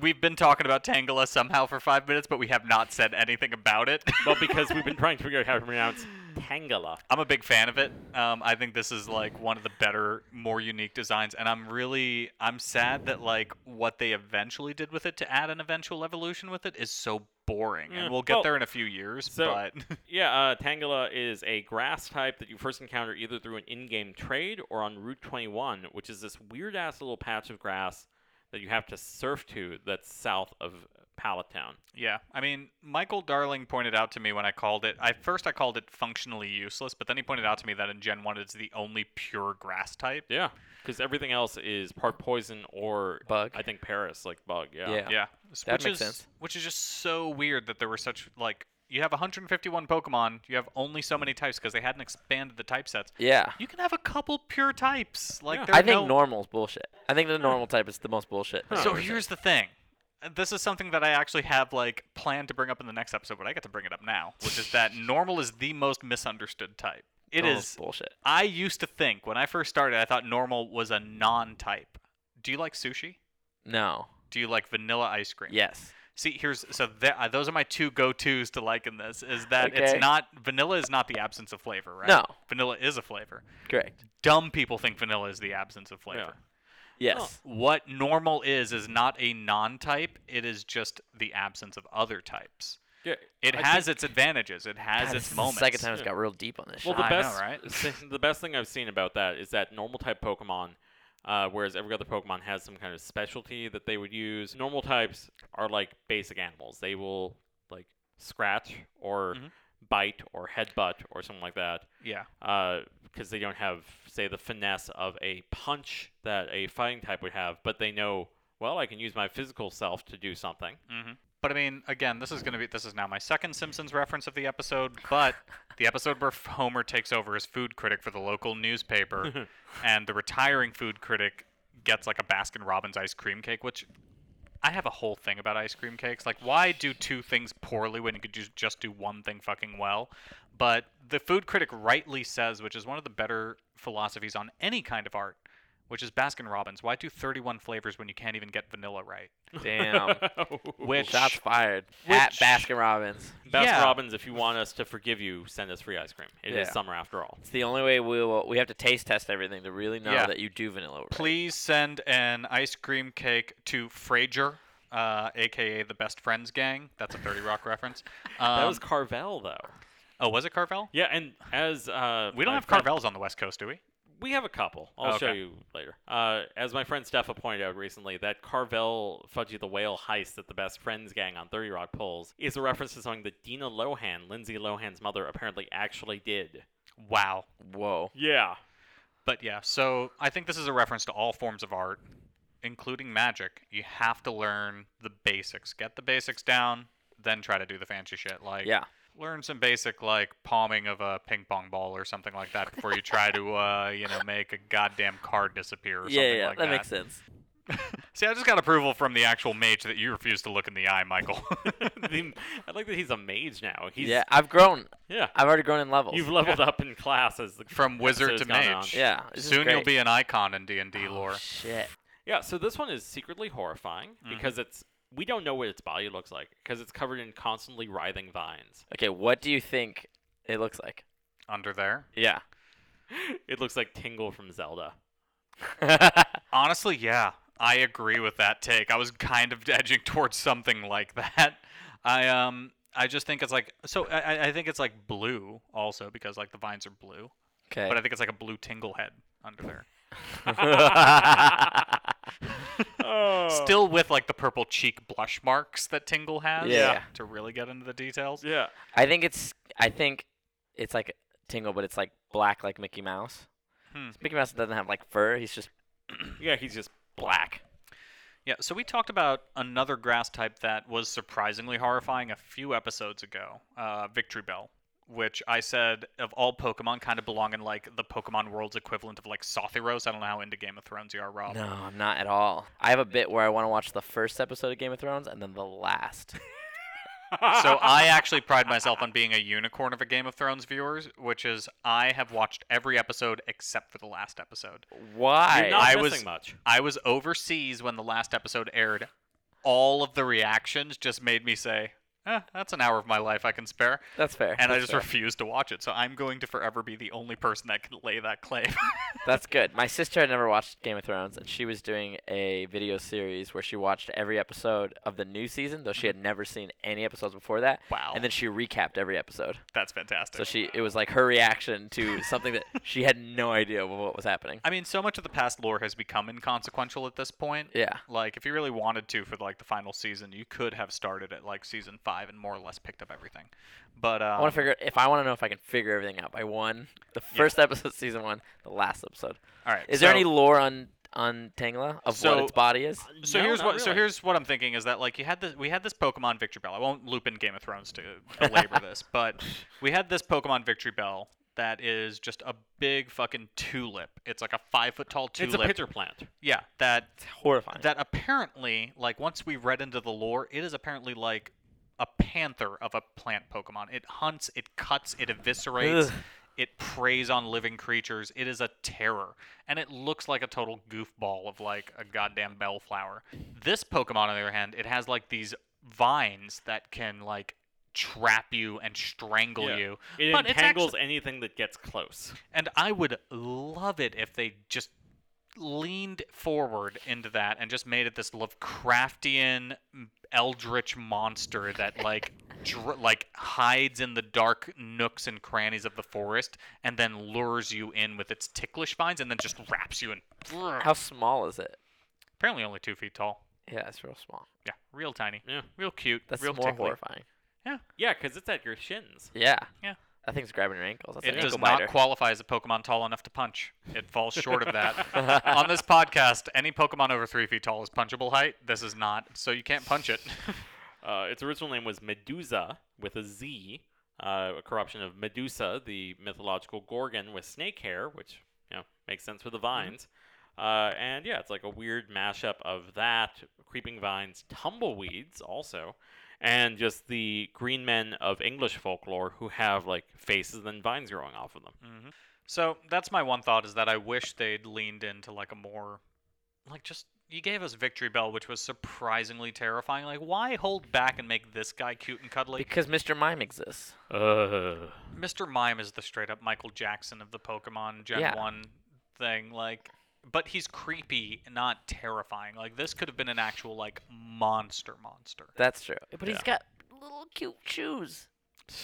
S2: we've been talking about Tangela somehow for five minutes, but we have not said anything about it.
S3: well, because we've been trying to figure out how to pronounce Tangela.
S2: I'm a big fan of it. Um, I think this is like one of the better, more unique designs, and I'm really I'm sad that like what they eventually did with it to add an eventual evolution with it is so boring.
S3: Yeah,
S2: And we'll get
S3: well,
S2: there in a few years,
S3: so-
S2: but
S3: Yeah, uh, Tangela is a grass type that you first encounter either through an in-game trade or on Route 21, which is this weird-ass little patch of grass that you have to surf to that's south of Pallet Town.
S2: yeah. I mean, Michael Darling pointed out to me when I called it. I first I called it functionally useless, but then he pointed out to me that in Gen 1 it's the only pure grass type.
S3: Yeah, because everything else is part poison or
S4: Bug.
S3: I think Paris, like bug. Yeah.
S4: Yeah.
S2: Yeah. S-
S4: That
S2: which
S4: makes
S2: is,
S4: sense.
S2: Which is just so weird that there were such like you have 151 Pokemon, you have only so many types because they hadn't expanded the type sets.
S4: Yeah.
S2: You can have a couple pure types. Like
S3: Yeah.
S2: there
S4: I
S2: are
S4: think
S2: no-
S4: normal's bullshit. I think the normal type is the most bullshit. that
S2: So
S4: I've ever
S2: here's the thing. Uh, This is something that I actually have like planned to bring up in the next episode, but I get to bring it up now, which is that normal is the most misunderstood type.
S4: seen.
S2: It
S4: Normal's
S2: is.
S4: bullshit.
S2: I used to think when I first started, I thought normal was a non-type. Do you like sushi?
S4: No.
S2: Do you like vanilla ice cream?
S4: Yes.
S2: See, here's so th- uh, those are my two go-tos to like in this is that
S4: Okay.
S2: it's not vanilla is not the absence of flavor, right?
S4: No.
S2: vanilla is a flavor.
S4: Correct.
S2: Dumb people think vanilla is the absence of flavor.
S4: Yes.
S2: What normal is is not a non-type; it is just the absence of other types.
S3: Yeah,
S2: It
S3: I
S2: has
S3: think-
S2: its advantages. It has
S4: God, this
S2: its
S4: is
S2: moments.
S4: The second time it's got real deep on this.
S3: Well, the
S4: shit.
S2: I know,
S3: best,
S2: right?
S3: thi- the best thing I've seen about that is that normal type Pokemon, uh, whereas every other Pokemon has some kind of specialty that they would use. Normal types are like basic animals; they will like scratch or
S2: Mhm.
S3: bite or headbutt or something like that,
S2: Yeah.
S3: because they don't have, say, the finesse of a punch that a fighting type would have. But they know, well, I can use my physical self to do something.
S2: hmm But I mean, again, this is going to be this is now my second Simpsons reference of the episode, but the episode where Homer takes over as food critic for the local newspaper, and the retiring food critic gets like a Baskin Robbins ice cream cake, which I have a whole thing about ice cream cakes. Like, why do two things poorly when you could just just do one thing fucking well? But the food critic rightly says, which is one of the better philosophies on any kind of art, which is Baskin Robbins. Why do 31 flavors when you can't even get vanilla right?
S4: Damn.
S2: Which
S4: Oh, Shots fired at
S2: which-
S4: Baskin Robbins.
S3: Baskin
S2: Yeah.
S3: Robbins, if you want us to forgive you, send us free ice cream. It is
S4: Yeah.
S3: summer after all.
S4: It's the only way we will. We have to taste test everything to really know
S2: Yeah.
S4: that you do vanilla. Right.
S2: Please send an ice cream cake to Frager, uh, aka the Best Friends Gang. That's a 30 Rock reference. Um,
S3: that was Carvel, though.
S2: oh, was it Carvel?
S3: Yeah, and as uh,
S2: We don't
S3: my
S2: have
S3: friend-
S2: Carvels on the West Coast, do we?
S3: We have a couple. I'll show
S2: Okay.
S3: you later. Uh, as my friend Steffa pointed out recently, that Carvel Fudgy the Whale heist that the Best Friends gang on 30 Rock pulls is a reference to something that Dina Lohan, Lindsay Lohan's mother, apparently actually did.
S2: Wow.
S4: Whoa.
S3: Yeah.
S2: But yeah, so I think this is a reference to all forms of art, including magic. You have to learn the basics. Get the basics down, then try to do the fancy shit. Like
S4: Yeah.
S2: learn some basic like palming of a ping pong ball or something like that before you try to uh, you know, make a goddamn card disappear or
S4: Yeah,
S2: something
S4: yeah,
S2: like
S4: that,
S2: that.
S4: makes sense.
S2: See, I just got approval from the actual mage that you refuse to look in the eye, Michael.
S3: The- I like that he's a mage now. He's,
S4: yeah, I've grown.
S3: Yeah.
S4: I've already grown in levels.
S3: You've leveled up in class as the
S2: From wizard
S3: episode's
S2: to
S3: gone on.
S2: mage.
S4: yeah. this is
S2: Soon you'll
S4: great.
S2: be an icon in D&D
S4: Oh,
S2: lore.
S4: Shit.
S3: Yeah, so this one is secretly horrifying
S2: Mm-hmm.
S3: because it's we don't know what its body looks like because it's covered in constantly writhing vines.
S4: Okay, what do you think it looks like?
S2: Under there.
S4: Yeah.
S3: It looks like Tingle from Zelda.
S2: Honestly, yeah, I agree with that take. I was kind of edging towards something like that. I um, I just think it's like so. I, I- I think it's like blue also because like the vines are blue,
S4: okay.
S2: but I think it's like a blue tingle head under there,
S3: Oh.
S2: still with like the purple cheek blush marks that Tingle has.
S4: Yeah.
S2: to really get into the details.
S3: Yeah.
S4: I think it's. I think it's like Tingle, but it's like black, like Mickey Mouse.
S2: Hmm.
S4: Mickey Mouse doesn't have like fur. He's just
S3: Yeah, he's just
S4: black.
S2: Yeah, so we talked about another grass type that was surprisingly horrifying a few episodes ago, uh, Victory Bell, which I said of all Pokemon kind of belong in like the Pokemon world's equivalent of like Sothyros. I don't know how into Game of Thrones you are, Rob.
S4: No, I'm not at all. I have a bit where I want to watch the first episode of Game of Thrones and then the last.
S2: so I actually pride myself on being a unicorn of a Game of Thrones viewers, which is I have watched every episode except for the last episode.
S4: Why?
S3: You're not
S2: I
S3: missing
S2: was-
S3: much.
S2: I was overseas when the last episode aired. All of the reactions just made me say, eh, that's an hour of my life I can spare.
S4: That's fair.
S2: and I
S4: that's
S2: just
S4: fair.
S2: refuse to watch it. So I'm going to forever be the only person that can lay that claim.
S4: That's good. My sister had never watched Game of Thrones, and she was doing a video series where she watched every episode of the new season, though she had never seen any episodes before that.
S2: Wow.
S4: And then she recapped every episode.
S2: That's fantastic.
S4: So she, it was like her reaction to something that she had no idea of what was happening.
S2: I mean, so much of the past lore has become inconsequential at this point.
S4: Yeah.
S2: Like, if you really wanted to for like the final season, you could have started at like season five and more or less picked up everything. But um,
S4: I want to figure if I want to know if I can figure everything out by one, the first episode, season one, the last episode.
S2: all right.
S4: Is there
S2: so-
S4: any lore on on Tangela of
S2: So- uh,
S4: what its body is?
S2: So
S3: No,
S2: here's
S3: not
S2: what. So
S3: really.
S2: here's what I'm thinking is that like you had this. We had this Pokemon Victory Bell. I won't loop in Game of Thrones to belabor this, but we had this Pokemon Victory Bell that is just a big fucking tulip. It's like a five foot tall
S3: It's
S2: tulip.
S3: a pitcher plant.
S2: Yeah, that
S4: Horrifying.
S2: that apparently like once we read into the lore it is apparently like a panther of a plant pokemon it hunts it cuts it eviscerates
S4: Ugh.
S2: it preys on living creatures it is a terror and it looks like a total goofball of like a goddamn bellflower this pokemon on the other hand it has like these vines that can like trap you and strangle
S3: Yeah.
S2: you
S3: It
S2: but it's
S3: entangles
S2: actually-
S3: anything that gets close.
S2: and I would love it if they just leaned forward into that and just made it this Lovecraftian eldritch monster that like dr- like hides in the dark nooks and crannies of the forest and then lures you in with its ticklish vines and then just wraps you in.
S4: How small is it?
S2: Apparently only two feet tall.
S4: Yeah, it's real small.
S2: Yeah, real tiny,
S3: Yeah.
S2: real cute,
S4: That's
S2: real
S4: more
S2: tickly.
S4: horrifying.
S3: Yeah, because it's at your shins.
S4: Yeah.
S2: Yeah.
S4: That thing's grabbing your ankles. That's
S2: It
S4: an
S2: does
S4: ankle
S2: not
S4: biter.
S2: qualify as a Pokemon tall enough to punch. It falls short of that. On this podcast, any Pokemon over three feet tall is punchable height. This is not, so you can't punch it.
S3: Uh, its original name was Medusa with a Z, uh, a corruption of Medusa, the mythological gorgon with snake hair, which you know makes sense with the vines. Uh, and yeah, it's like a weird mashup of that creeping vines, tumbleweeds also, and just the green men of English folklore who have like faces and vines growing off of them.
S2: So that's my one thought is that I wish they'd leaned into like a more like just you gave us Victory Bell, which was surprisingly terrifying. Like why hold back and make this guy cute and cuddly?
S4: Because Mr. Mime exists.
S3: Uh,
S2: Mr. Mime is the straight up Michael Jackson of the Pokemon Gen
S4: Yeah.
S2: 1 thing. Like but he's creepy, not terrifying. Like this could have been an actual like monster monster.
S4: That's true. But
S3: Yeah.
S4: he's got little cute shoes.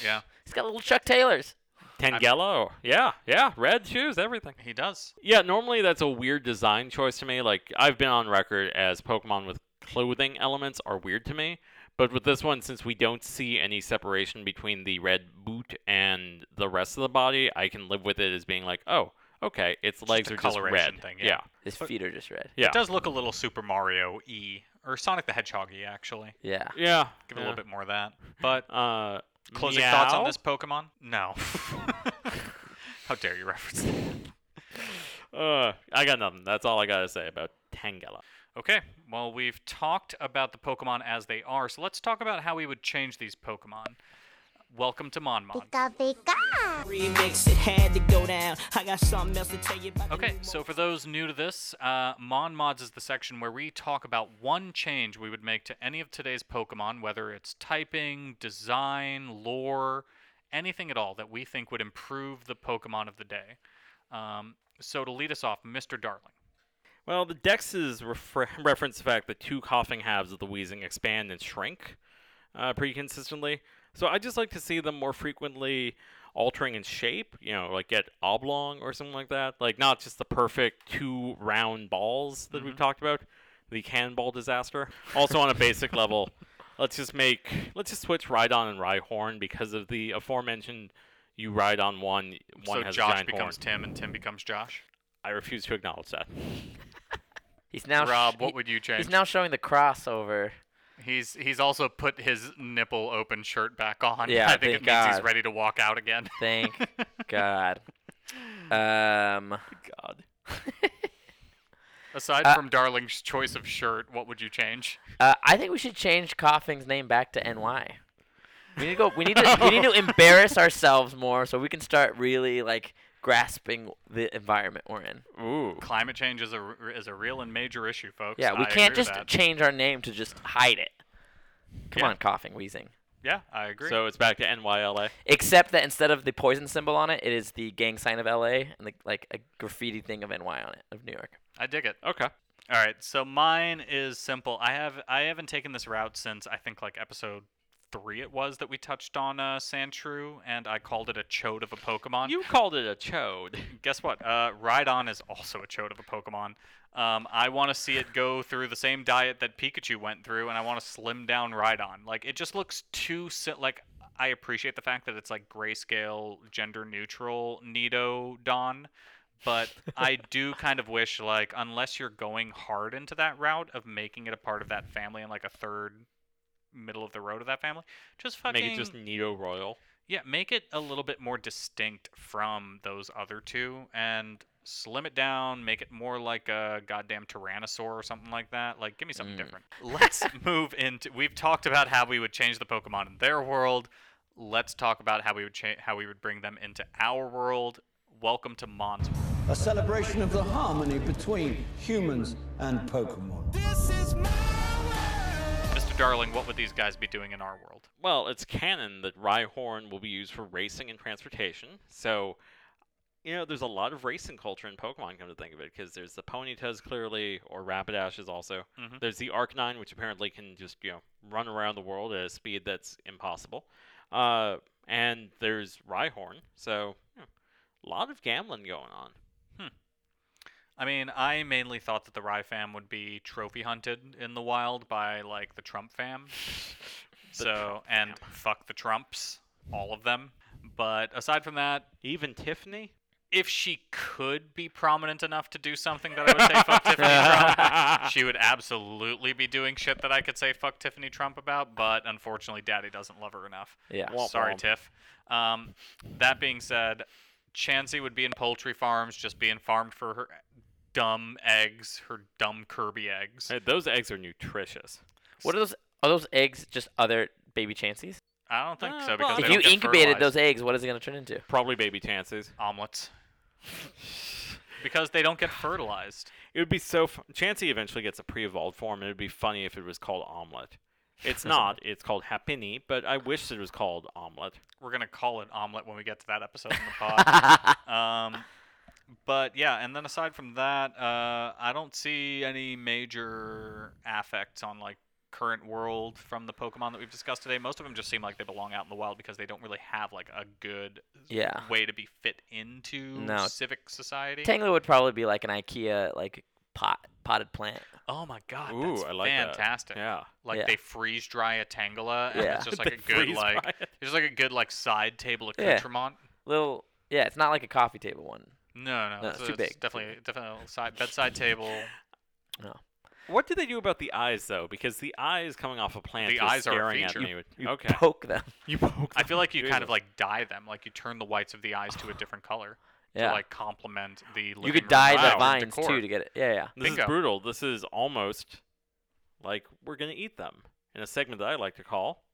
S2: Yeah.
S4: He's got little Chuck Taylors.
S3: Tangelo. Yeah, yeah. Red shoes, everything.
S2: He does.
S3: Yeah, normally that's a weird design choice to me. Like I've been on record as Pokemon with clothing elements are weird to me, but with this one since we don't see any separation between the red boot and the rest of the body, I can live with it as being like, "Oh, okay, its legs
S2: a
S3: are just
S2: coloration
S3: red."
S2: thing, yeah.
S3: yeah.
S4: His feet are just red.
S3: Yeah.
S2: It does look a little Super Mario E or Sonic the Hedgehog E actually.
S4: Yeah.
S3: Yeah.
S2: Give it a little bit more of that. But
S3: bit uh
S2: Closing thoughts on
S3: meow?
S2: this Pokemon? No. How dare you reference that?
S3: Uh, I got nothing. That's all I got to say about Tangela.
S2: Okay, well, we've talked about the Pokemon as they are, so let's talk about how we would change these Pokemon. Welcome to Mon Mon.
S6: Remix, it had to go down. I got something else to tell you about. the
S2: Okay,
S6: new
S2: so for those new to this, uh, Mon Mods is the section where we talk about one change we would make to any of today's Pokemon, whether it's typing, design, lore, anything at all that we think would improve the Pokemon of the day. Um, so to lead us off, Mr. Darling.
S3: Well, the dexes refer- reference the fact that two coughing halves of the wheezing expand and shrink uh, pretty consistently. So I just like to see them more frequently altering in shape, you know, like get oblong or something like that. Like not just the perfect two round balls that
S2: Mm-hmm.
S3: we've talked about, the cannonball disaster. Also on a basic level, let's just make let's just switch Rhydon and Rhyhorn because of the aforementioned you ride on one one
S2: so
S3: has a
S2: Josh
S3: giant
S2: becomes
S3: horn.
S2: Tim and Tim becomes Josh.
S3: I refuse to acknowledge that.
S4: He's now. sh-
S2: Rob,
S4: he-
S2: what would you change?
S4: He's now showing the crossover.
S2: He's he's also put his nipple open shirt back on.
S4: Yeah,
S2: I think it
S4: thank
S2: means he's
S4: God.
S2: ready to walk out again.
S4: Thank God. Um,
S3: God.
S2: Aside
S4: Uh,
S2: from Darling's choice of shirt, what would you change?
S4: uh, I think we should change Coughing's name back to NY. We need to go. We need to. we need to embarrass ourselves more so we can start really like grasping the environment we're in.
S3: Ooh.
S2: Climate change is a r- is a real and major issue, folks.
S4: Yeah, we
S2: I
S4: can't
S2: agree with
S4: just
S2: that.
S4: change our name to just hide it. Come
S2: Yeah.
S4: on, coughing, wheezing.
S2: yeah, I agree.
S3: So it's back to NYLA.
S4: Except that instead of the poison symbol on it, it is the gang sign of LA and the, like a graffiti thing of NY on it of New York.
S2: I dig it.
S3: Okay.
S2: All right, so mine is simple. I have I haven't taken this route since I think like episode three it was that we touched on uh, Sandshrew, and I called it a chode of a Pokemon.
S3: You called it a chode.
S2: guess what? Uh, Rhydon is also a chode of a Pokemon. Um, I want to see it go through the same diet that Pikachu went through, and I want to slim down Rhydon. Like it just looks too si- like. I appreciate the fact that it's like grayscale, gender neutral Nido Don, but I do kind of wish like unless you're going hard into that route of making it a part of that family and like a third middle of the road of that family, just fucking
S3: Make it just Nido Royal.
S2: yeah, make it a little bit more distinct from those other two and slim it down, make it more like a goddamn tyrannosaur or something like that. Like give me something
S4: Mm.
S2: different. Let's move into we've talked about how we would change the Pokemon in their world. Let's talk about how we would cha- how we would bring them into our world. Welcome to Mon's. World.
S7: a celebration of the harmony between humans and Pokemon.
S2: Mr. Darling, what would these guys be doing in our world?
S3: Well, it's canon that Rhyhorn will be used for racing and transportation. So, you know, there's a lot of racing culture in Pokemon, come to think of it, because there's the Ponytas, clearly, or Rapidashes also.
S2: Mhm.
S3: There's the Arcanine, which apparently can just, you know, run around the world at a speed that's impossible. Uh, and there's Rhyhorn. So, you know, a lot of gambling going on.
S2: I mean, I mainly thought that the Rye fam would be trophy hunted in the wild by like the Trump fam. so and fuck the Trumps, all of them. But aside from that,
S3: Even Tiffany?
S2: if she could be prominent enough to do something that I would say fuck Tiffany Trump, she would absolutely be doing shit that I could say fuck Tiffany Trump about. But unfortunately, Daddy doesn't love her enough.
S4: Yeah.
S3: Womp
S2: Sorry,
S3: womp.
S2: Tiff. Um, that being said, Chansey would be in poultry farms, just being farmed for her dumb eggs, her dumb Kirby eggs.
S3: Hey, those eggs are nutritious.
S4: What are those? Are those eggs just other baby chances?
S2: I don't think
S3: Uh,
S2: so
S3: well,
S2: because
S3: They
S4: If
S2: they
S4: you
S2: don't get
S4: incubated
S2: fertilized.
S4: those eggs, what is it going to turn into?
S3: Probably baby chances.
S2: omelets. because they don't get fertilized.
S3: It would be so. F- Chansey eventually gets a pre-evolved form, and it would be funny if it was called Omelet. It's not. it's called Happini, but I wish it was called Omelet.
S2: We're gonna call it omelet when we get to that episode in the pod. um, but yeah, and then aside from that, uh, I don't see any major affects on like current world from the Pokemon that we've discussed today. Most of them just seem like they belong out in the wild because they don't really have like a good
S4: Yeah.
S2: way to be fit into
S4: No.
S2: civic society.
S4: Tangler would probably be like an IKEA like pot potted plant.
S2: oh my god,
S3: Ooh,
S2: that's
S3: I like that.
S2: fantastic.
S3: Yeah.
S2: Like
S4: Yeah.
S2: they freeze dry a Tangela and
S4: Yeah.
S2: it's just
S3: They
S2: like a good
S3: freeze
S2: like
S3: dry it.
S2: it's like a good like side table
S4: Yeah.
S2: accoutrement.
S4: Little yeah, it's not like a coffee table one.
S2: No, no,
S4: No,
S2: it's,
S4: it's too
S2: it's
S4: big.
S2: Definitely, definitely a side bedside table.
S4: No.
S3: What did they do about the eyes though? Because the eyes coming off a plant,
S2: The
S3: was
S2: eyes are a
S3: staring at
S2: feature.
S3: me.
S4: You
S3: okay.
S4: poke them.
S3: you poke.
S2: I feel like you kind of
S3: Jesus.
S2: like dye them, like you turn the whites of the eyes to a different color
S4: Yeah.
S2: to like complement the. Living
S4: you could
S2: room
S4: dye the
S2: decor.
S4: vines too to get it. Yeah, yeah.
S3: This
S2: Bingo.
S3: is brutal. This is almost like we're gonna eat them in a segment that I like to call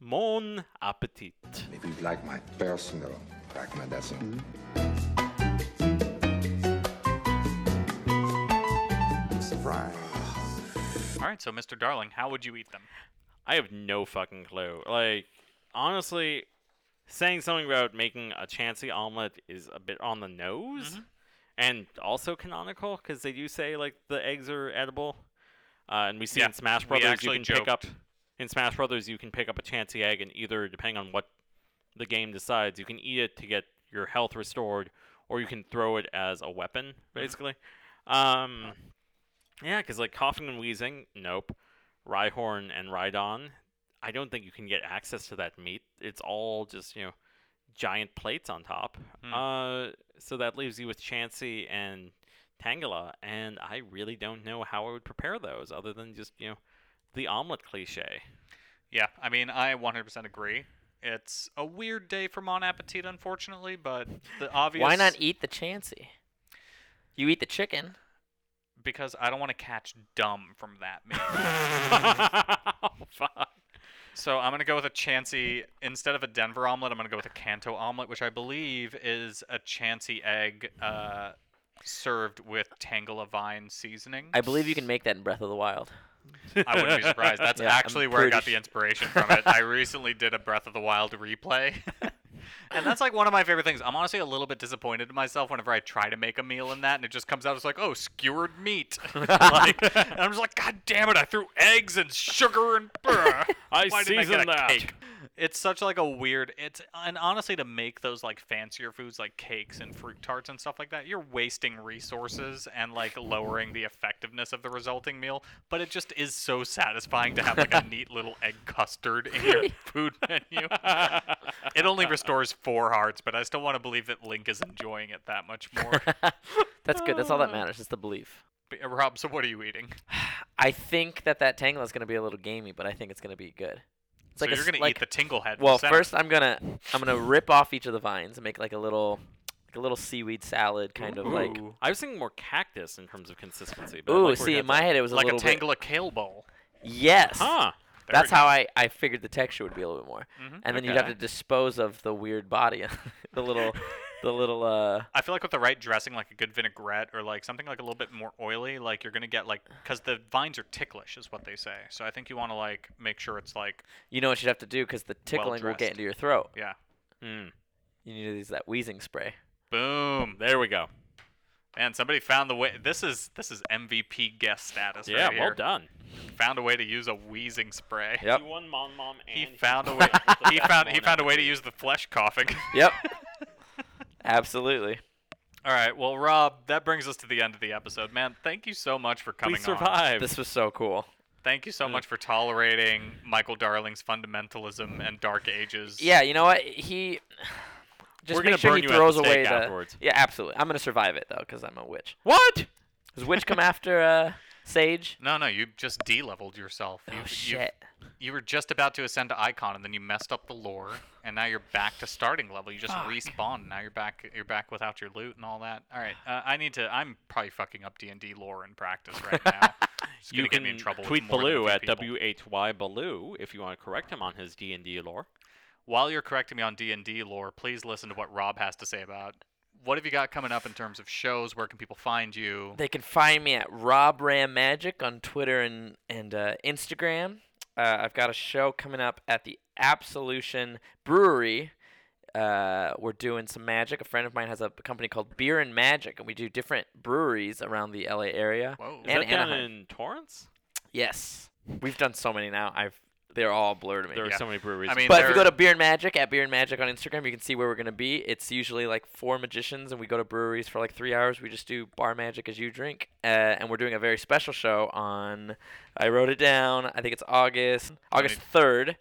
S3: "Mon Appetit."
S8: If you like my personal recommendation, surprise.
S2: All right, so Mr. Darling, how would you eat them?
S3: I have no fucking clue. Like, honestly, saying something about making a chancy omelet is a bit on the nose,
S2: Mm-hmm.
S3: and also canonical because they do say like the eggs are edible, uh, and we see
S2: Yeah,
S3: in Smash
S2: we
S3: Brothers you
S2: actually
S3: can pick up
S2: joked.
S3: in Smash Brothers you can pick up a chancy egg and either depending on what the game decides you can eat it to get your health restored or you can throw it as a weapon
S2: Mm-hmm.
S3: basically. Um, yeah, because like coughing and wheezing, nope. Rhyhorn and Rhydon, I don't think you can get access to that meat. It's all just, you know, giant plates on top.
S4: Hmm.
S3: Uh, so that leaves you with Chansey and Tangela, and I really don't know how I would prepare those other than just, you know, the omelet cliche.
S2: Yeah, I mean, I 100% agree. It's a weird day for Mon Appetit, unfortunately, but the obvious.
S4: Why not eat the chancy? You eat the chicken.
S2: Because I don't want to catch dumb from that. Maybe.
S3: oh, fuck.
S2: So I'm gonna go with a Chansey instead of a Denver omelet. I'm gonna go with a Canto omelet, which I believe is a Chansey egg uh, served with Tangela vine seasoning.
S4: I believe you can make that in Breath of the Wild.
S2: I wouldn't be surprised. That's
S4: Yeah, I'm
S2: actually where I
S4: pretty
S2: got the
S4: su-
S2: inspiration from it. I recently did a Breath of the Wild replay. And that's like one of my favorite things. I'm honestly a little bit disappointed in myself whenever I try to make a meal in that and it just comes out as like, oh, skewered meat. like, and I'm just like, God damn it, I threw eggs and sugar and brr.
S3: I
S2: Why didn't
S3: seasoned
S2: I get a
S3: that."
S2: Cake? It's such like a weird it's and honestly to make those like fancier foods like cakes and fruit tarts and stuff like that, you're wasting resources and like lowering the effectiveness of the resulting meal. But it just is so satisfying to have like a neat little egg custard in your food menu. It only
S4: Uh,
S2: restores four hearts, but I still want to believe that Link is enjoying it that much more.
S4: That's good. That's all
S2: Ah.
S4: that matters. It's the belief.
S2: But, uh, Rob, so what are you eating?
S4: I think that that Tangela is going to be a little gamey, but I think it's going to be good. It's
S2: so
S4: like a
S2: you're
S4: s-
S2: gonna
S4: like,
S2: eat the tingle head. for
S4: Well,
S2: center.
S4: first I'm gonna I'm gonna rip off each of the vines and make like a little like a little seaweed salad kind of like.
S2: Ooh.
S3: I was thinking more cactus in terms of consistency. But I
S4: Oooo,
S3: like where
S4: see,
S3: your
S4: in my
S3: head's
S4: head it was
S2: like
S4: a
S2: a
S4: little bit-
S2: Tangela kale bowl.
S4: Yes.
S3: at. Huh.
S4: That's how I, I figured the texture would be a little bit more. And then you'd have
S3: okay.
S4: to dispose of the weird body, the little the little uh.
S2: I feel like with the right dressing, like a good vinaigrette or like something like a little bit more oily, like you're gonna get like because the vines are ticklish, is what they say. So I think you want to like make sure it's like
S4: You know what you'd have to do because the tickling will
S2: dressed.
S4: get into your throat.
S2: yeah,
S3: Mm.
S4: You need to use that wheezing spray.
S2: boom.
S3: There we go.
S2: Man, somebody found the way. This is this is MVP guest status.
S3: Yeah,
S2: right
S3: well
S2: here.
S3: done.
S2: Found a way to use a wheezing spray.
S4: Yep.
S3: You won Mon Mom
S2: He
S3: and
S2: found a way. he found he found a way to use the flesh coughing.
S4: Yep. Absolutely.
S2: All right, well, Rob, that brings us to the end of the episode. Man, thank you so much for coming
S3: We
S2: on.
S3: survived.
S4: This was so cool.
S2: Thank you so much for tolerating Michael Darling's fundamentalism and dark ages.
S4: Yeah, you know what? He just
S3: We're gonna
S4: make sure
S3: burn
S4: he
S3: you at the
S4: throws
S3: stake
S4: away the.
S3: afterwards.
S4: Yeah, absolutely. I'm gonna survive it though, because I'm a witch.
S3: What?
S4: Does witch come after uh, sage?
S2: No, no, you just de-leveled yourself.
S4: Oh
S2: you,
S4: shit!
S2: You, were just about to ascend to icon, and then you messed up the lore, and now you're back to starting level. You just respawn. Now you're back. You're back without your loot and all that. All right, uh, I need to. I'm probably fucking up D and D lore in practice right now. It's
S3: You
S2: gonna
S3: can
S2: get me in trouble. with
S3: tweet
S2: more than a
S3: Baloo
S2: few
S3: at
S2: people.
S3: W H Y Baloo if you want to correct him on his D and D lore.
S2: While you're correcting me on D and D lore, please listen to what Rob has to say about what have you got coming up in terms of shows? Where can people find you?
S4: They can find me at Rob Ram Magic on Twitter and and uh, Instagram. Uh, I've got a show coming up at the Absolution Brewery. Uh, we're doing some magic. A friend of mine has a company called Beer and Magic, and we do different breweries around the LA area
S2: Whoa. Is
S3: Is
S4: and
S3: that down
S4: Anaheim.
S3: in Torrance?
S4: Yes, we've done so many now. I've they're all blurred to me.
S3: There are
S2: Yeah.
S3: so many breweries.
S2: I mean,
S4: But if you
S2: there-
S4: go to Beer and Magic at Beer and Magic on Instagram, you can see where we're gonna be. It's usually like four magicians, and we go to breweries for like three hours. We just do bar magic as you drink, uh, and we're doing a very special show on. I wrote it down. I think it's August, August third,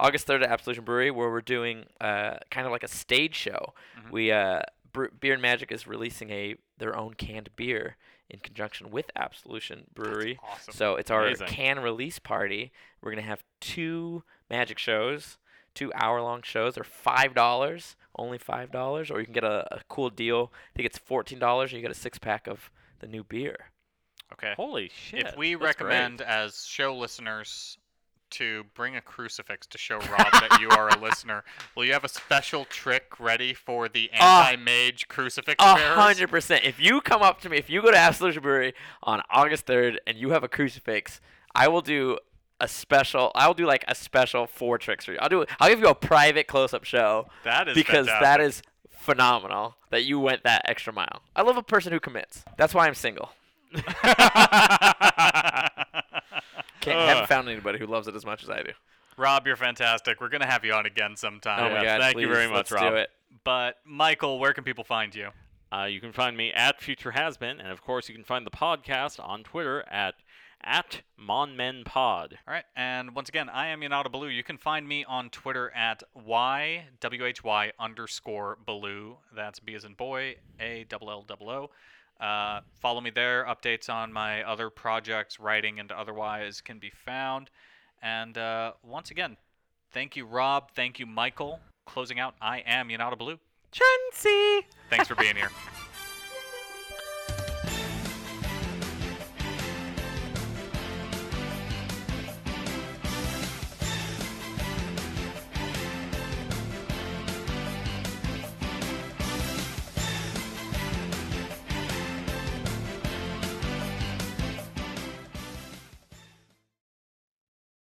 S4: August third at Absolution Brewery, where we're doing uh, kind of like a stage show. We uh, Bre- Beer and Magic is releasing a their own canned beer in conjunction with Absolution Brewery.
S2: awesome.
S4: So it's our
S3: Amazing.
S4: can release party. We're gonna have two magic shows, two hour long shows. They're five dollars, only five dollars, or you can get a, a cool deal. I think it's fourteen dollars, and you get a six pack of the new beer.
S2: okay.
S3: holy shit!
S2: if we
S3: that's great.
S2: recommend as show listeners to bring a crucifix to show Rob that you are a listener, will you have a special trick ready for the
S3: Ah.
S2: anti-mage crucifix
S4: A
S2: bearers?
S4: hundred percent. If you come up to me, if you go to Absolution Brewery on August third and you have a crucifix, I will do a special. I'll do like a special four tricks for you. I'll do. I'll give you a private close up show.
S2: That is
S4: because that
S2: fantastic.
S4: is phenomenal that you went that extra mile. I love a person who commits. That's why I'm single. Can't, haven't found anybody who loves it as much as I do.
S2: Rob, you're fantastic. We're gonna have you on again sometime.
S4: Oh my
S3: Yeah,
S4: god!
S3: thank you
S4: please,
S3: very much,
S4: let's do
S3: Rob.
S4: it.
S2: But Michael, where can people find you?
S3: Uh, you can find me at Future Has Been, and of course, you can find the podcast on Twitter at at monmenpod.
S2: All right, and once again, I am Yonata Baloo. You can find me on Twitter at y w h y underscore Baloo. That's B as in boy, A double L double O. Uh, follow me there. Updates on my other projects, writing and otherwise, can be found. And uh, once again, thank you, Rob. Thank you, Michael. Closing out, I am Yonata Baloo. Chuncy. Thanks for being here.